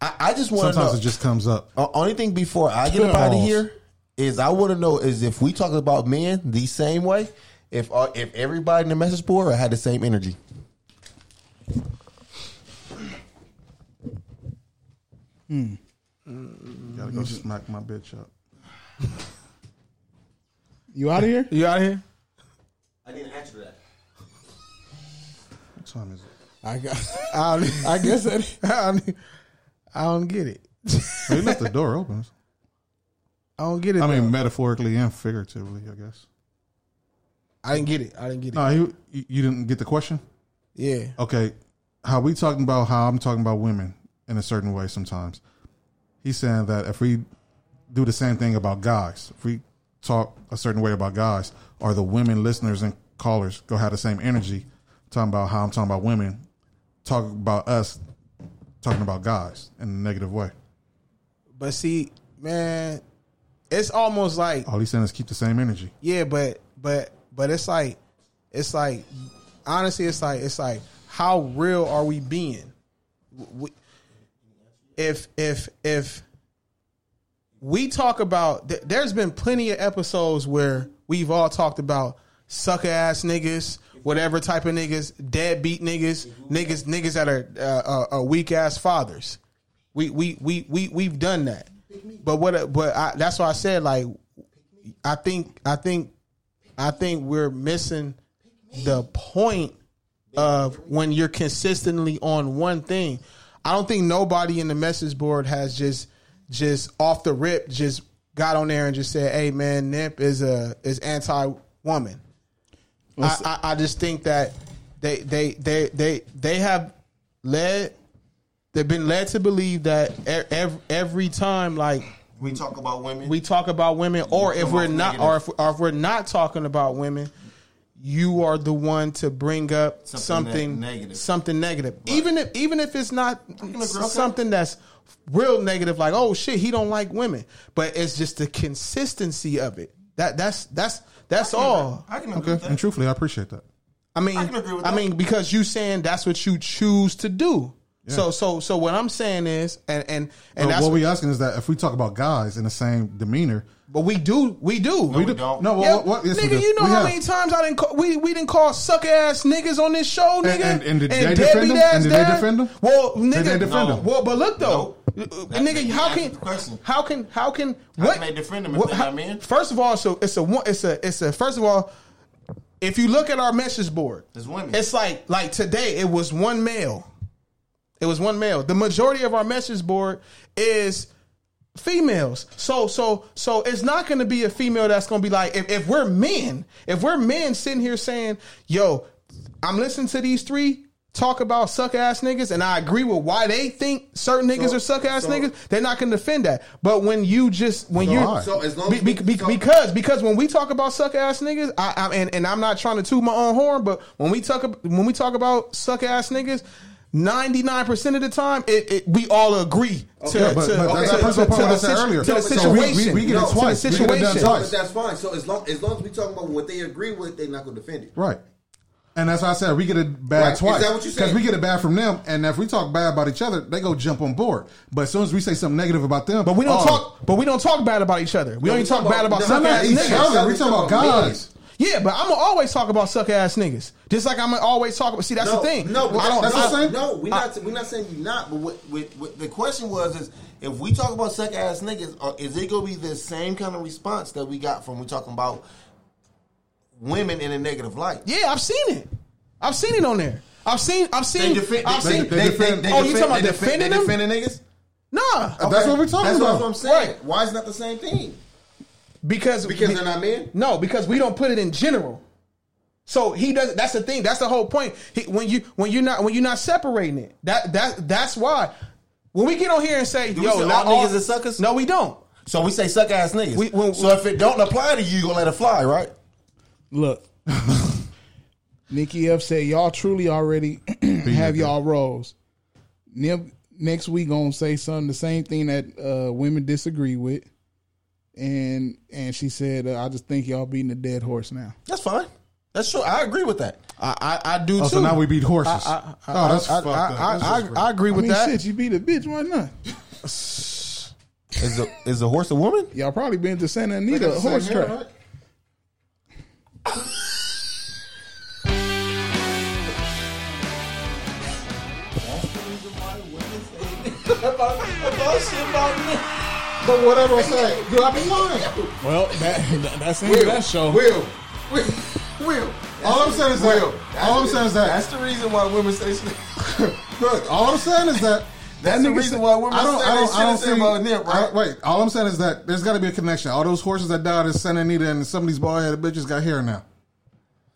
[SPEAKER 5] I, I just want to know.
[SPEAKER 3] sometimes it just comes up.
[SPEAKER 4] Oh,
[SPEAKER 5] O- only thing before I get up out of
[SPEAKER 3] Pause.
[SPEAKER 5] here is I want to know is if we talk about men the same way, if uh, if everybody in the message board had the same energy.
[SPEAKER 3] Gotta go smack my bitch up.
[SPEAKER 6] You out
[SPEAKER 4] [laughs]
[SPEAKER 6] of here?
[SPEAKER 4] you out here?
[SPEAKER 5] I didn't answer that.
[SPEAKER 3] What time
[SPEAKER 4] [laughs]
[SPEAKER 3] is it?
[SPEAKER 6] I got.
[SPEAKER 4] I don't,
[SPEAKER 6] I guess that.
[SPEAKER 4] I don't, I don't get it.
[SPEAKER 3] Oh, you left the door open.
[SPEAKER 4] I don't get it.
[SPEAKER 3] I mean, metaphorically and figuratively, I guess.
[SPEAKER 4] I didn't get it. I didn't get it.
[SPEAKER 3] No, you you didn't get the question.
[SPEAKER 4] yeah.
[SPEAKER 3] Okay, how we talking about how I'm talking about women in a certain way sometimes. He's saying that if we do the same thing about guys, if we talk a certain way about guys, or the women listeners and callers go have the same energy talking about how I'm talking about women, talk about us talking about guys in a negative way.
[SPEAKER 4] But see, man, it's almost like
[SPEAKER 3] All he's saying is keep the same energy.
[SPEAKER 4] yeah, but but but it's like it's like honestly, it's like it's like how real are we being? We, if if if we talk about th- there's been plenty of episodes where we've all talked about sucker ass niggas whatever type of niggas deadbeat niggas niggas niggas that are uh, uh, uh, weak ass fathers we we we we we've done that but what but I, that's why i said like i think i think i think we're missing the point of when you're consistently on one thing. I don't think nobody in the message board has just just off the rip just got on there and just said, "Hey man, Nip is a is anti woman." I, I I just think that they they they they they have led they've been led to believe that every, every time like
[SPEAKER 5] We talk about women.
[SPEAKER 4] we talk about women, or if
[SPEAKER 5] come
[SPEAKER 4] we're
[SPEAKER 5] off
[SPEAKER 4] not,
[SPEAKER 5] negative.
[SPEAKER 4] or if, or if we're not talking about women, you are the one to bring up
[SPEAKER 5] Something
[SPEAKER 4] something
[SPEAKER 5] ne- negative.
[SPEAKER 4] something negative. Even if even if it's not
[SPEAKER 5] look real
[SPEAKER 4] something that's real negative, like oh shit, he don't like women, but it's just the consistency of it. That that's that's that's all.
[SPEAKER 5] I can
[SPEAKER 3] Okay, and truthfully, I appreciate that.
[SPEAKER 4] I mean,
[SPEAKER 5] I can agree with
[SPEAKER 4] I
[SPEAKER 5] that.
[SPEAKER 4] mean because you saying that's what you choose to do. So so so what I'm saying is, and and and
[SPEAKER 3] But
[SPEAKER 4] that's
[SPEAKER 3] what we asking is that if we talk about guys in the same demeanor,
[SPEAKER 4] But we do, we do,
[SPEAKER 3] we, do.
[SPEAKER 5] don't.
[SPEAKER 3] No, well,
[SPEAKER 4] Yeah,
[SPEAKER 3] what, what, yes, we do.
[SPEAKER 4] nigga, you know
[SPEAKER 3] We
[SPEAKER 4] how
[SPEAKER 3] have.
[SPEAKER 4] many times I didn't call, we we didn't call suck ass niggas on this show, nigga.
[SPEAKER 3] And- and- and did they defend
[SPEAKER 4] deadbeat
[SPEAKER 3] them? And
[SPEAKER 4] ass
[SPEAKER 3] did they
[SPEAKER 4] dad?
[SPEAKER 3] defend them?
[SPEAKER 4] Well, nigga,
[SPEAKER 3] they defend
[SPEAKER 4] no.
[SPEAKER 3] them?
[SPEAKER 4] Well, but look though, Uh,
[SPEAKER 5] That's-
[SPEAKER 4] nigga, how
[SPEAKER 5] that's
[SPEAKER 4] can
[SPEAKER 5] the question.
[SPEAKER 4] how can how can
[SPEAKER 5] How
[SPEAKER 4] what
[SPEAKER 5] can they defend them if they're not men?
[SPEAKER 4] First of all, so it's a one, it's a it's a first of all. If you look at our message board,
[SPEAKER 5] It's women.
[SPEAKER 4] It's like like today, it was one male. It was one male. The majority of our message board is females. So so so it's not going to be a female that's going to be like if, if we're men, if we're men sitting here saying, "Yo, I'm listening to these three talk about suck ass niggas and I agree with why they think certain niggas are suck ass niggas." They're not going to defend that. But when you just when
[SPEAKER 3] So
[SPEAKER 4] you
[SPEAKER 3] are. So
[SPEAKER 5] as long as
[SPEAKER 4] be-
[SPEAKER 5] we-
[SPEAKER 4] be-
[SPEAKER 5] so-
[SPEAKER 4] because because when we talk about suck ass niggas, I, I and and I'm not trying to toot my own horn, but when we talk ab- when we talk about suck ass niggas, 99% of the time it, it we all agree to,
[SPEAKER 3] but-
[SPEAKER 4] to-
[SPEAKER 3] but
[SPEAKER 4] okay,
[SPEAKER 3] that's
[SPEAKER 4] to-
[SPEAKER 3] the principal
[SPEAKER 4] to
[SPEAKER 3] point I
[SPEAKER 4] the
[SPEAKER 3] said
[SPEAKER 4] situ-
[SPEAKER 3] earlier.
[SPEAKER 4] To the
[SPEAKER 3] So we- we-
[SPEAKER 4] situation.
[SPEAKER 3] we get it
[SPEAKER 4] To the
[SPEAKER 3] twice. We get it done
[SPEAKER 4] situation.
[SPEAKER 3] twice.
[SPEAKER 9] But that's fine. So as long as long as we talking about what they agree with, they not gonna defend it.
[SPEAKER 3] Right. And that's why I said we get a bad
[SPEAKER 9] Right. Is
[SPEAKER 3] twice.
[SPEAKER 9] that what you said?
[SPEAKER 3] Because we get a bad from them, and if we talk bad about each other, they go jump on board. But as soon as we say something negative about them,
[SPEAKER 4] But we don't
[SPEAKER 3] oh,
[SPEAKER 4] talk. But we don't talk bad about each other. We
[SPEAKER 9] No,
[SPEAKER 4] only
[SPEAKER 9] we
[SPEAKER 4] talk
[SPEAKER 9] talk
[SPEAKER 4] bad
[SPEAKER 9] about-
[SPEAKER 4] about
[SPEAKER 9] no,
[SPEAKER 4] suck
[SPEAKER 3] not
[SPEAKER 4] ass
[SPEAKER 3] each other.
[SPEAKER 4] niggas.
[SPEAKER 3] We talking about guys.
[SPEAKER 4] Yeah, but I'm gonna always talk about suck ass niggas. Just like I'm gonna always talk about. See, that's
[SPEAKER 9] no,
[SPEAKER 4] the thing.
[SPEAKER 9] No,
[SPEAKER 4] I don't.
[SPEAKER 3] that's
[SPEAKER 9] no,
[SPEAKER 3] the same.
[SPEAKER 9] No, we're not. We're not saying you not. But what, what, what the question was is, if we talk about suck ass niggas, uh, is it gonna be the same kind of response that we got from we talking about women in a negative light?
[SPEAKER 4] yeah, I've seen it. I've seen it on there. I've seen. I've
[SPEAKER 9] They
[SPEAKER 4] seen.
[SPEAKER 9] defend.
[SPEAKER 4] I've
[SPEAKER 9] they,
[SPEAKER 4] seen.
[SPEAKER 9] They, they,
[SPEAKER 3] defend-
[SPEAKER 9] they
[SPEAKER 4] oh, you
[SPEAKER 9] defend-
[SPEAKER 4] talking about
[SPEAKER 9] they defend-
[SPEAKER 4] defending
[SPEAKER 9] they
[SPEAKER 4] them?
[SPEAKER 9] defending niggas?
[SPEAKER 4] Nah,
[SPEAKER 3] That's what we're talking
[SPEAKER 9] That's
[SPEAKER 3] about.
[SPEAKER 9] what I'm saying.
[SPEAKER 4] Right.
[SPEAKER 9] Why is not the same thing?
[SPEAKER 4] because
[SPEAKER 9] Because they're not men.
[SPEAKER 4] No, because we don't put it in general. So he doesn't. That's the thing. That's the whole point. He, when you when you're not when you're not separating it. That that that's why. When we get on here and say,
[SPEAKER 5] Do we
[SPEAKER 4] "Yo,
[SPEAKER 5] say
[SPEAKER 4] not
[SPEAKER 5] all
[SPEAKER 4] all
[SPEAKER 5] niggas is suckers?
[SPEAKER 4] No, we don't.
[SPEAKER 5] So we say suck ass niggas.
[SPEAKER 4] We- when-
[SPEAKER 5] so if it don't apply to you, you gonna let it fly, right?
[SPEAKER 6] Look, Nikki F said y'all truly already [clears throat] have y'all roles. Nip next week gonna say something the same thing that uh, women disagree with, and and she said uh, I just think y'all beating a dead horse now.
[SPEAKER 5] That's fine. That's true. I agree with that.
[SPEAKER 4] I I, I do
[SPEAKER 3] Oh,
[SPEAKER 4] too.
[SPEAKER 3] so now we beat horses.
[SPEAKER 4] I, I,
[SPEAKER 3] oh, that's
[SPEAKER 4] I, I,
[SPEAKER 3] fucked up.
[SPEAKER 4] I,
[SPEAKER 3] This
[SPEAKER 4] I,
[SPEAKER 3] is great.
[SPEAKER 4] I, agree
[SPEAKER 6] I
[SPEAKER 4] with
[SPEAKER 6] mean,
[SPEAKER 4] that.
[SPEAKER 6] shit, you beat a bitch, why not?
[SPEAKER 5] Is the is the horse a woman?
[SPEAKER 6] Y'all probably been to Santa Anita a horse track.
[SPEAKER 9] But whatever I say, do I be lying?
[SPEAKER 6] Well, that, that- that's the end of that show.
[SPEAKER 9] Will, Will,
[SPEAKER 5] [laughs]
[SPEAKER 9] Will.
[SPEAKER 3] All I'm saying is
[SPEAKER 9] Will.
[SPEAKER 3] that. All I'm saying is that.
[SPEAKER 5] That's the reason why women say. shit.
[SPEAKER 3] [laughs] Look, all I'm saying is that.
[SPEAKER 5] [laughs] That's the reason why women
[SPEAKER 3] I don't,
[SPEAKER 5] say
[SPEAKER 3] I
[SPEAKER 5] they
[SPEAKER 3] don't, I
[SPEAKER 5] shouldn't
[SPEAKER 3] don't
[SPEAKER 5] say
[SPEAKER 3] see,
[SPEAKER 5] about Nip,
[SPEAKER 3] I-
[SPEAKER 5] right?
[SPEAKER 3] wait, all I'm saying is that there's got to be a connection. All those horses that died in Santa Anita and some of these bald headed bitches got hair now.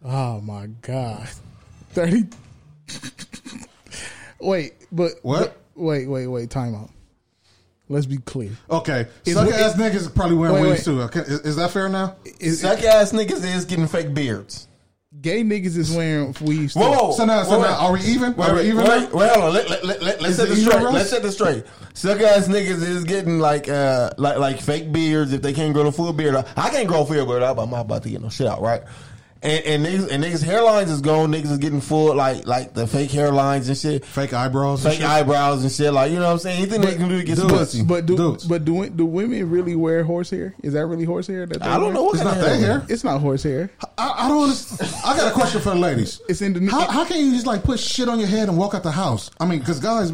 [SPEAKER 6] Oh my god, thirty. wait, but
[SPEAKER 3] What?
[SPEAKER 6] but- wait, wait, wait. Time out. Let's be clear.
[SPEAKER 3] Okay,
[SPEAKER 6] Is-
[SPEAKER 3] suck ass niggas probably wearing
[SPEAKER 6] Wait,
[SPEAKER 3] wings
[SPEAKER 6] wait.
[SPEAKER 3] too. Okay, is, is that fair now?
[SPEAKER 6] Is,
[SPEAKER 5] Suck ass niggas is getting fake beards.
[SPEAKER 6] gay niggas is wearing weaves. too.
[SPEAKER 3] So now, so
[SPEAKER 5] Oh, wait,
[SPEAKER 3] now, are we even?
[SPEAKER 5] Wait,
[SPEAKER 3] are
[SPEAKER 5] wait,
[SPEAKER 3] we even?
[SPEAKER 5] wait, wait, hold on. Let, let, let, let, us
[SPEAKER 3] Is
[SPEAKER 5] set
[SPEAKER 3] it
[SPEAKER 5] this
[SPEAKER 3] even
[SPEAKER 5] straight.
[SPEAKER 3] roast?
[SPEAKER 5] Let's set this straight. Suck ass niggas is getting like uh like like fake beards if they can't grow the full beard. out. I can't grow a full beard out, but I'm not about to get no shit out, right? And, and niggas and niggas hairlines is gone. Niggas is getting full like like the fake hairlines and shit,
[SPEAKER 3] Fake eyebrows. and
[SPEAKER 5] fake
[SPEAKER 3] shit?
[SPEAKER 5] eyebrows and shit. Like you know what I'm saying? Anything they can do to get some
[SPEAKER 3] dude,
[SPEAKER 5] pussy.
[SPEAKER 6] But do
[SPEAKER 3] Dudes.
[SPEAKER 6] but do do women really wear horse hair? Is that really horse hair? That they
[SPEAKER 5] I don't
[SPEAKER 6] wear?
[SPEAKER 5] know what
[SPEAKER 3] It's
[SPEAKER 5] kind
[SPEAKER 3] not
[SPEAKER 5] of
[SPEAKER 3] their
[SPEAKER 5] hair.
[SPEAKER 3] hair.
[SPEAKER 6] It's not horse hair.
[SPEAKER 3] I, I don't understand. I got a question for the ladies.
[SPEAKER 6] It's in the-
[SPEAKER 3] How, how can you just like put shit on your head and walk out the house? I mean, because guys,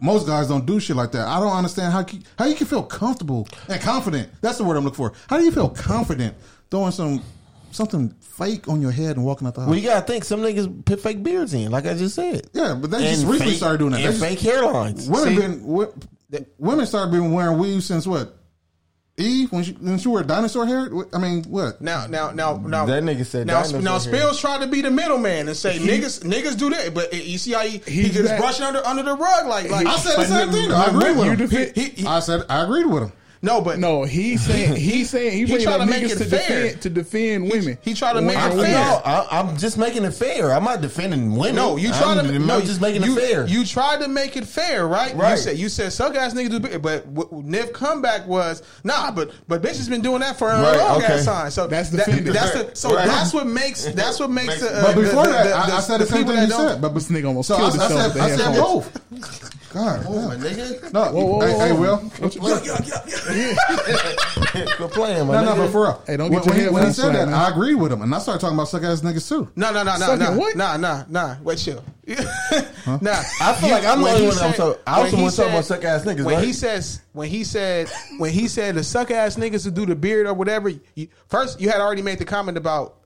[SPEAKER 3] most guys don't do shit like that. I don't understand how you- how you can feel comfortable and confident. That's the word I'm looking for. How do you feel confident throwing some something fake on your head and walking out the house?
[SPEAKER 5] Well, you gotta think some niggas put fake beards in, like I just said.
[SPEAKER 3] yeah, but they just
[SPEAKER 5] And
[SPEAKER 3] recently
[SPEAKER 5] fake-
[SPEAKER 3] started doing that. They
[SPEAKER 5] And
[SPEAKER 3] just-
[SPEAKER 5] fake hairlines.
[SPEAKER 3] Women
[SPEAKER 5] See?
[SPEAKER 3] been wo- women started been wearing weaves since what? Eve when she when she wore dinosaur hair. I mean, what?
[SPEAKER 4] Now, now, now, now.
[SPEAKER 5] That nigga said
[SPEAKER 4] Now,
[SPEAKER 5] dinosaur
[SPEAKER 4] now
[SPEAKER 5] hair.
[SPEAKER 4] Spills tried to be the middleman and say niggas, niggas do that, but eh, you see how he, he
[SPEAKER 6] He's
[SPEAKER 4] just
[SPEAKER 6] back.
[SPEAKER 4] brushing under under the rug like like
[SPEAKER 3] I said the
[SPEAKER 4] But
[SPEAKER 3] same
[SPEAKER 4] nigga-
[SPEAKER 3] thing. though. I
[SPEAKER 6] But
[SPEAKER 3] agree with
[SPEAKER 6] you
[SPEAKER 3] him.
[SPEAKER 6] defend-
[SPEAKER 3] I said I agreed with him.
[SPEAKER 4] No, but
[SPEAKER 6] No, he's saying he's saying he's
[SPEAKER 4] he
[SPEAKER 6] he
[SPEAKER 4] trying
[SPEAKER 6] bringing up
[SPEAKER 4] to make
[SPEAKER 6] niggas
[SPEAKER 4] it
[SPEAKER 6] to
[SPEAKER 4] fair.
[SPEAKER 6] defend to defend women.
[SPEAKER 4] he trying to make
[SPEAKER 5] I,
[SPEAKER 4] it
[SPEAKER 5] no,
[SPEAKER 4] fair.
[SPEAKER 5] I, I'm just making it fair. I'm not defending women.
[SPEAKER 4] No, you trying
[SPEAKER 5] I'm,
[SPEAKER 4] to
[SPEAKER 5] I'm
[SPEAKER 4] no,
[SPEAKER 5] just making
[SPEAKER 4] you,
[SPEAKER 5] it fair.
[SPEAKER 4] You tried to make it fair, right? You
[SPEAKER 5] Right.
[SPEAKER 4] said you said some guys niggas do, big- but what Nip comeback was nah, but but bitches been doing that for a
[SPEAKER 5] Right,
[SPEAKER 4] long
[SPEAKER 5] okay.
[SPEAKER 4] ass time. So
[SPEAKER 6] That's
[SPEAKER 4] that,
[SPEAKER 6] defended.
[SPEAKER 4] that's the, so
[SPEAKER 5] Right.
[SPEAKER 4] that's what makes that's what makes the. Uh,
[SPEAKER 3] But before
[SPEAKER 4] the,
[SPEAKER 3] that,
[SPEAKER 4] the, the,
[SPEAKER 3] I, I said the, same
[SPEAKER 4] people
[SPEAKER 3] thing you
[SPEAKER 4] that don't-
[SPEAKER 3] said. But
[SPEAKER 6] This nigga almost
[SPEAKER 3] so I, I
[SPEAKER 6] killed
[SPEAKER 3] said,
[SPEAKER 6] himself with the
[SPEAKER 3] I said
[SPEAKER 6] headphones.
[SPEAKER 3] both. God,
[SPEAKER 5] My nigga.
[SPEAKER 3] no,
[SPEAKER 6] Whoa, whoa,
[SPEAKER 3] hey,
[SPEAKER 6] whoa,
[SPEAKER 3] hey,
[SPEAKER 6] whoa.
[SPEAKER 3] Will,
[SPEAKER 5] [laughs] Quit playing, my
[SPEAKER 3] no, no,
[SPEAKER 5] nigga.
[SPEAKER 3] but for real.
[SPEAKER 6] Hey, don't get
[SPEAKER 3] when, when he- when
[SPEAKER 6] your
[SPEAKER 3] he
[SPEAKER 6] headphones
[SPEAKER 3] said that,
[SPEAKER 6] slapped, man.
[SPEAKER 3] I agreed with him, and I started talking about suck ass niggas too.
[SPEAKER 4] No, no, no, no,
[SPEAKER 6] Sucking
[SPEAKER 4] no,
[SPEAKER 6] what?
[SPEAKER 4] nah, nah, nah. Wait, chill. [laughs] Nah,
[SPEAKER 5] I feel like I'm
[SPEAKER 4] when
[SPEAKER 5] the only
[SPEAKER 4] he
[SPEAKER 5] one that I'm
[SPEAKER 4] said-
[SPEAKER 5] talking- I also
[SPEAKER 4] when he
[SPEAKER 5] wanna talk about
[SPEAKER 4] said-
[SPEAKER 5] suck-ass niggas,
[SPEAKER 4] When
[SPEAKER 5] right?
[SPEAKER 4] he says, when he said, when he said the suck ass niggas who do the beard or whatever. You, first, you had already made the comment about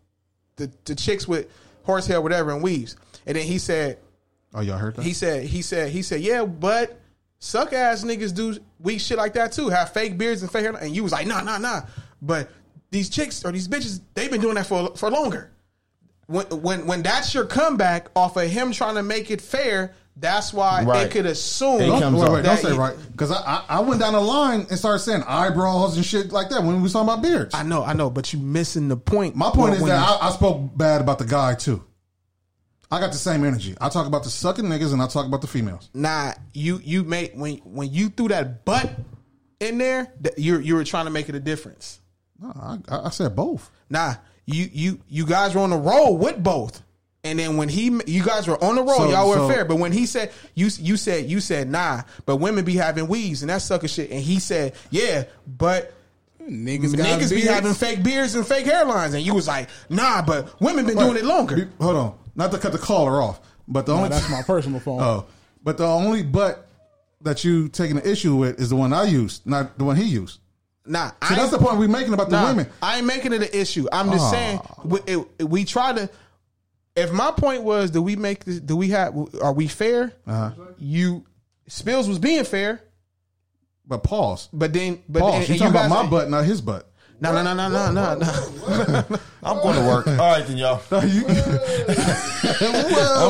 [SPEAKER 4] the the chicks with horsehair, whatever, and weaves, and then he said,
[SPEAKER 3] Oh, y'all heard that?
[SPEAKER 4] he said, he said, he said, yeah, but suck ass niggas do weak shit like that too. Have fake beards and fake hair, and you was like, nah, nah, nah. But these chicks or these bitches, they've been doing that for for longer. When when when that's your comeback off of him trying to make it fair, that's why
[SPEAKER 5] Right.
[SPEAKER 4] they could assume.
[SPEAKER 5] It
[SPEAKER 3] Don't,
[SPEAKER 5] comes
[SPEAKER 3] wait,
[SPEAKER 5] off.
[SPEAKER 3] wait, don't
[SPEAKER 4] That
[SPEAKER 3] say
[SPEAKER 4] you-
[SPEAKER 3] right because I, I I went down the line and started saying eyebrows and shit like that when we was talking about beards.
[SPEAKER 4] I know, I know, but you missing the point.
[SPEAKER 3] My point
[SPEAKER 4] When-
[SPEAKER 3] is
[SPEAKER 4] when
[SPEAKER 3] that
[SPEAKER 4] you-
[SPEAKER 3] I, I spoke bad about the guy too. I got the same energy. I talk about the sucking niggas and I talk about the females.
[SPEAKER 4] nah, you you made when when you threw that butt in there, that you you were trying to make it a difference.
[SPEAKER 3] No, I, I I said both.
[SPEAKER 4] Nah, you you you guys were on the roll with both. And then when he, you guys were on the roll,
[SPEAKER 3] So-
[SPEAKER 4] y'all were
[SPEAKER 3] so-
[SPEAKER 4] fair. But when he said, you you said you said nah, but women be having weaves and that sucker shit. And he said, yeah, but
[SPEAKER 6] Niggas, got
[SPEAKER 4] niggas be
[SPEAKER 6] beards.
[SPEAKER 4] having fake beards and fake hairlines. And you was like, nah, but women been doing
[SPEAKER 3] Wait,
[SPEAKER 4] it longer.
[SPEAKER 3] be- hold on, not to cut the caller off, but the only
[SPEAKER 6] Nah, that's my personal phone.
[SPEAKER 3] [laughs] Oh, but the only but that you taking an issue with is the one I used, not the one he used.
[SPEAKER 4] nah,
[SPEAKER 3] See,
[SPEAKER 4] I
[SPEAKER 3] that's the
[SPEAKER 4] ain't-
[SPEAKER 3] point we're making about the
[SPEAKER 4] Nah,
[SPEAKER 3] women.
[SPEAKER 4] I ain't making it an issue. I'm just
[SPEAKER 3] Aw.
[SPEAKER 4] saying we, it, we try to. If my point was, do we make this? Do we have? Are we fair?
[SPEAKER 3] Uh-huh.
[SPEAKER 4] You, Spills was being fair,
[SPEAKER 3] But pause,
[SPEAKER 4] but then, but
[SPEAKER 3] pause.
[SPEAKER 4] then,
[SPEAKER 3] you
[SPEAKER 4] and
[SPEAKER 3] talking about
[SPEAKER 4] guys-
[SPEAKER 3] my butt, not his butt.
[SPEAKER 4] No, no, no, no, no, no, no. [laughs]
[SPEAKER 5] I'm going to work. All right, then, y'all.
[SPEAKER 3] No, you-
[SPEAKER 5] I'm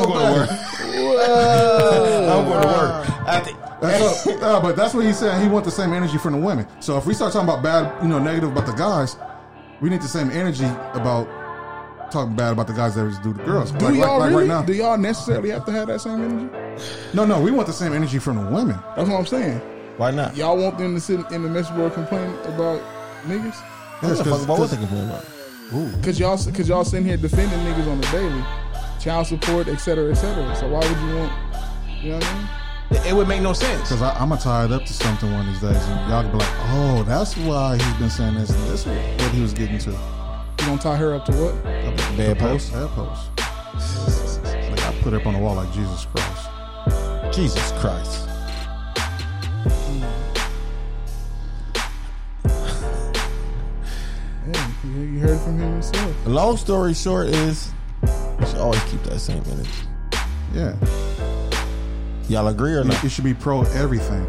[SPEAKER 5] going to work. I'm going to work. I think.
[SPEAKER 3] [laughs] That's what- no, but that's what he's saying. He wants the same energy from the women. So if we start talking about bad, you know, negative about the guys, we need the same energy about talking bad about the guys that just do the girls.
[SPEAKER 6] do
[SPEAKER 3] Like- like-
[SPEAKER 6] y'all
[SPEAKER 3] like
[SPEAKER 6] really?
[SPEAKER 3] right
[SPEAKER 6] do
[SPEAKER 3] now.
[SPEAKER 6] y'all necessarily have to have that same energy?
[SPEAKER 3] No, no, we want the same energy from the women.
[SPEAKER 6] That's what I'm saying.
[SPEAKER 5] Why not?
[SPEAKER 6] Y'all want them to sit in the message board complaining about niggas?
[SPEAKER 5] What
[SPEAKER 3] Yes,
[SPEAKER 5] the fuck
[SPEAKER 3] 'cause-
[SPEAKER 5] about what
[SPEAKER 3] 'cause-
[SPEAKER 5] they complaining about?
[SPEAKER 6] Cause y'all, cause y'all sitting here defending niggas on the daily, child support, et cetera, et cetera. So why would you want? You know what I mean?
[SPEAKER 4] It would make no sense.
[SPEAKER 3] Because I'm gonna tie it up to something one of these days, and y'all can be like, "Oh, that's why he's been saying this and this is what he was getting to."
[SPEAKER 6] You gonna tie her up to what?
[SPEAKER 5] Bad post.
[SPEAKER 3] Bad post. Like I put it up on the wall, like Jesus Christ.
[SPEAKER 5] Jesus Christ.
[SPEAKER 6] Yeah, you, you heard from him himself.
[SPEAKER 5] Long story short is, you should always keep that same energy.
[SPEAKER 3] Yeah,
[SPEAKER 5] Y'all agree or not?
[SPEAKER 3] it should be pro everything.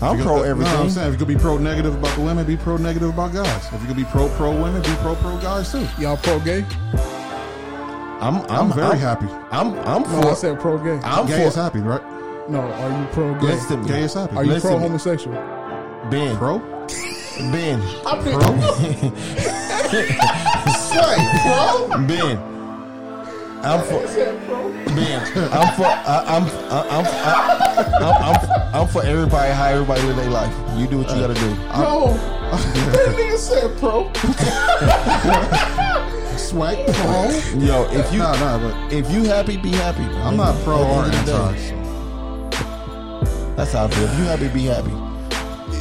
[SPEAKER 5] I'm
[SPEAKER 3] If
[SPEAKER 5] pro
[SPEAKER 3] you gonna- No, I'm
[SPEAKER 5] everything.
[SPEAKER 3] saying if you could be pro negative about the women, be pro negative about guys. If you could be pro pro women, be pro pro guys too.
[SPEAKER 6] Y'all pro gay?
[SPEAKER 5] I'm, I'm,
[SPEAKER 3] I'm very happy.
[SPEAKER 5] I'm, I'm
[SPEAKER 6] No, I
[SPEAKER 5] for.
[SPEAKER 6] said pro gay.
[SPEAKER 5] I'm
[SPEAKER 3] gay
[SPEAKER 5] for.
[SPEAKER 3] is happy, right?
[SPEAKER 6] No, are you pro gay?
[SPEAKER 5] Listen to me.
[SPEAKER 3] Gay is happy.
[SPEAKER 6] Are you
[SPEAKER 5] listen
[SPEAKER 6] pro
[SPEAKER 5] to me.
[SPEAKER 6] homosexual?
[SPEAKER 5] Ben.
[SPEAKER 3] Pro?
[SPEAKER 5] Ben.
[SPEAKER 3] [laughs] Pro?
[SPEAKER 5] Ben. I'm for. Ben. I'm for. I, I'm. I, I'm, I, I'm. I'm. I'm for everybody. How everybody live their life. You do what you gotta do. [laughs]
[SPEAKER 6] No, that nigga said pro.
[SPEAKER 3] Swag? Pro?
[SPEAKER 5] Yo, if you
[SPEAKER 3] Nah, nah, but
[SPEAKER 5] if you happy, be happy.
[SPEAKER 3] I'm not pro
[SPEAKER 5] At the
[SPEAKER 3] or
[SPEAKER 5] end of the
[SPEAKER 3] anti.
[SPEAKER 5] day,
[SPEAKER 3] so.
[SPEAKER 5] That's how I feel. If you happy, be happy.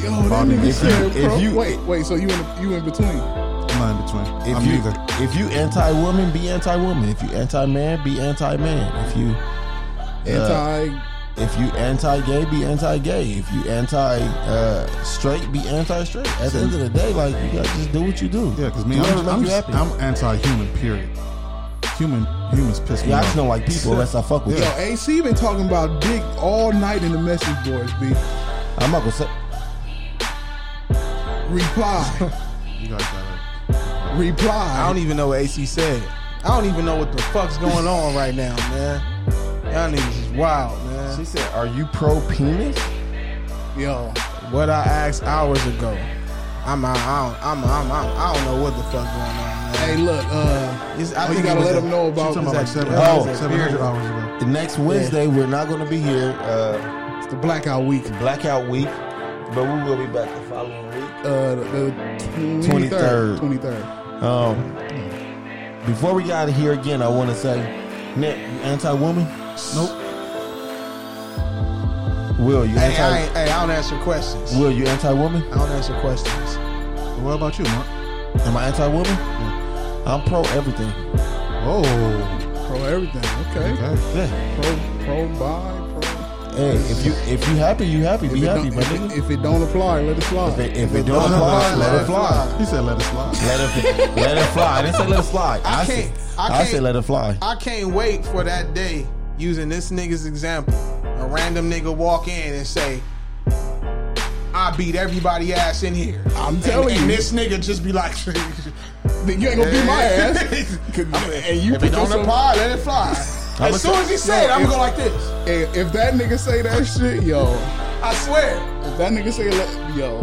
[SPEAKER 6] Yo, that
[SPEAKER 5] Bobby,
[SPEAKER 6] nigga
[SPEAKER 5] if
[SPEAKER 6] said
[SPEAKER 5] you- if
[SPEAKER 6] pro.
[SPEAKER 5] you- Uh,
[SPEAKER 6] wait, wait. So you in you in between?
[SPEAKER 3] I'm not in between.
[SPEAKER 5] If
[SPEAKER 3] I'm
[SPEAKER 5] you
[SPEAKER 3] neither.
[SPEAKER 5] if you anti woman, be anti woman. If you anti man, be anti man. If you
[SPEAKER 6] Anti.
[SPEAKER 5] if you anti gay, be anti gay. If you anti uh, straight, be anti straight. At the end of the day, like you gotta just do what you do.
[SPEAKER 3] Yeah, because me,
[SPEAKER 5] Do
[SPEAKER 3] I'm,
[SPEAKER 5] whatever make
[SPEAKER 3] I'm,
[SPEAKER 5] you happy.
[SPEAKER 3] I'm anti-human. Period. Human humans piss me
[SPEAKER 5] yeah, I
[SPEAKER 3] off.
[SPEAKER 5] just don't like people unless I fuck with
[SPEAKER 6] Yo, AC been talking about dick all night in the message boards. B.
[SPEAKER 5] you. I'm not gonna say.
[SPEAKER 6] Reply.
[SPEAKER 3] You guys
[SPEAKER 4] Oh,
[SPEAKER 3] gotta.
[SPEAKER 6] Reply.
[SPEAKER 4] I don't even know what AC said. I don't even know what the fuck's going on right now, man. Y'all niggas is wild, man. e-
[SPEAKER 5] She said, "Are you pro penis?"
[SPEAKER 6] Yo,
[SPEAKER 4] what I asked hours ago. I'm out. I don't, I'm I'm out. I don't know what the fuck going on.
[SPEAKER 6] Hey, look, uh,
[SPEAKER 4] It's-
[SPEAKER 6] oh, you
[SPEAKER 4] think it
[SPEAKER 6] gotta
[SPEAKER 4] was
[SPEAKER 6] let
[SPEAKER 4] a-
[SPEAKER 6] them know about
[SPEAKER 3] She's talking about like
[SPEAKER 4] Is that-
[SPEAKER 3] seven
[SPEAKER 4] oh,
[SPEAKER 3] hundred
[SPEAKER 4] is that
[SPEAKER 3] seven hundred
[SPEAKER 4] beer?
[SPEAKER 3] hours ago.
[SPEAKER 5] The next Wednesday, we're not going to be here. Uh,
[SPEAKER 6] it's the blackout week,
[SPEAKER 5] blackout week, but we will be back the following week.
[SPEAKER 6] uh, the twenty
[SPEAKER 5] 23rd.
[SPEAKER 6] third, twenty third.
[SPEAKER 5] Um, before we get out of here again, I want to say, Nick, you anti-woman?
[SPEAKER 3] Nope.
[SPEAKER 5] Will you
[SPEAKER 4] Hey, I,
[SPEAKER 5] anti?
[SPEAKER 4] ain't- hey, I don't answer questions.
[SPEAKER 5] Will you anti-woman?
[SPEAKER 4] I don't answer questions.
[SPEAKER 3] What about you, Mark?
[SPEAKER 5] Am I anti-woman? I'm pro everything.
[SPEAKER 3] Oh,
[SPEAKER 6] Pro everything, okay.
[SPEAKER 3] okay.
[SPEAKER 5] Yeah.
[SPEAKER 6] Pro, pro, buy, pro.
[SPEAKER 5] Hey, if you if you happy, you happy. Be
[SPEAKER 6] If it
[SPEAKER 5] happy,
[SPEAKER 6] don't-
[SPEAKER 5] my
[SPEAKER 6] if,
[SPEAKER 5] nigga.
[SPEAKER 6] it, if it don't apply, let it
[SPEAKER 5] If
[SPEAKER 6] slide.
[SPEAKER 5] it, if it don't apply, let it fly.
[SPEAKER 3] He said, "Let it slide."
[SPEAKER 5] Let it let it fly. I didn't say let it slide.
[SPEAKER 4] I
[SPEAKER 5] I, said
[SPEAKER 4] can't- I
[SPEAKER 5] I,
[SPEAKER 4] can't-
[SPEAKER 5] said let it fly.
[SPEAKER 4] I can't wait for that day using this nigga's example. A random nigga walk in and say, I beat everybody ass in here.
[SPEAKER 6] I'm
[SPEAKER 4] And-
[SPEAKER 6] telling
[SPEAKER 4] and,
[SPEAKER 6] you.
[SPEAKER 4] this nigga just be like, [laughs]
[SPEAKER 6] Then you ain't gonna beat
[SPEAKER 5] [laughs]
[SPEAKER 6] my ass. 'Cause- and you
[SPEAKER 4] if it
[SPEAKER 6] pick
[SPEAKER 4] don't
[SPEAKER 6] yourself-
[SPEAKER 4] apply, let it fly.
[SPEAKER 5] I'ma
[SPEAKER 4] as soon
[SPEAKER 5] say-
[SPEAKER 4] as he said,
[SPEAKER 6] No,
[SPEAKER 4] I'm
[SPEAKER 6] if-
[SPEAKER 4] gonna go like this.
[SPEAKER 6] And if that nigga say that shit, yo,
[SPEAKER 4] I swear.
[SPEAKER 6] if that nigga say let, yo,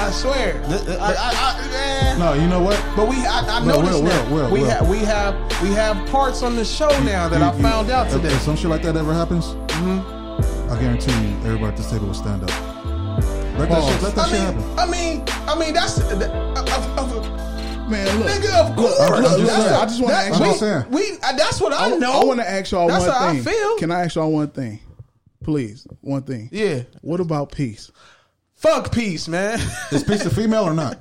[SPEAKER 4] I swear.
[SPEAKER 5] Th- th-
[SPEAKER 4] I, I, I, man.
[SPEAKER 3] No, you know what?
[SPEAKER 4] But we, I, I
[SPEAKER 3] Well,
[SPEAKER 4] noticed
[SPEAKER 3] well,
[SPEAKER 4] now.
[SPEAKER 3] well, well,
[SPEAKER 4] we,
[SPEAKER 3] well.
[SPEAKER 4] Ha- we have we have parts on the show now that
[SPEAKER 3] You-
[SPEAKER 4] I
[SPEAKER 3] you-
[SPEAKER 4] found out
[SPEAKER 3] if-
[SPEAKER 4] today. Mm-hmm.
[SPEAKER 3] If some shit like that ever happens, I guarantee you, everybody at this table will stand up. Let that
[SPEAKER 6] Pause.
[SPEAKER 3] shit, let
[SPEAKER 4] I
[SPEAKER 3] that shit
[SPEAKER 4] mean,
[SPEAKER 3] happen.
[SPEAKER 4] I mean, I mean, that's uh, that, of- of-
[SPEAKER 6] man, look,
[SPEAKER 4] nigga. Of course,
[SPEAKER 3] I'm just
[SPEAKER 4] That's
[SPEAKER 3] saying.
[SPEAKER 4] what-
[SPEAKER 3] I
[SPEAKER 6] just wanna
[SPEAKER 4] that-
[SPEAKER 6] ask
[SPEAKER 4] we-
[SPEAKER 3] y'all saying.
[SPEAKER 4] We, uh, that's what I,
[SPEAKER 6] I,
[SPEAKER 4] know.
[SPEAKER 6] want to ask y'all
[SPEAKER 4] that's
[SPEAKER 6] one
[SPEAKER 4] how
[SPEAKER 6] thing.
[SPEAKER 4] I feel.
[SPEAKER 6] Can I ask y'all one thing, please? One thing.
[SPEAKER 4] yeah,
[SPEAKER 6] What about peace?
[SPEAKER 4] fuck peace, man. [laughs]
[SPEAKER 3] Is Peace a female or not?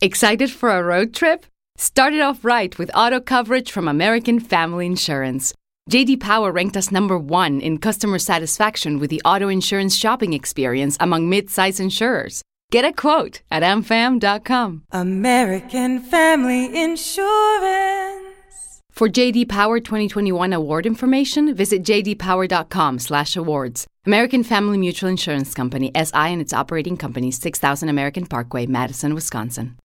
[SPEAKER 1] Excited for a road trip? Start it off right with auto coverage from American Family Insurance. JD Power ranked us number one in customer satisfaction with the auto insurance shopping experience among mid-size insurers. Get a quote at amfam.com.
[SPEAKER 2] American Family Insurance.
[SPEAKER 1] For JD Power 2021 award information, visit jdpower.com/awards. American Family Mutual Insurance Company SI and its operating company 6000 American Parkway, Madison, Wisconsin.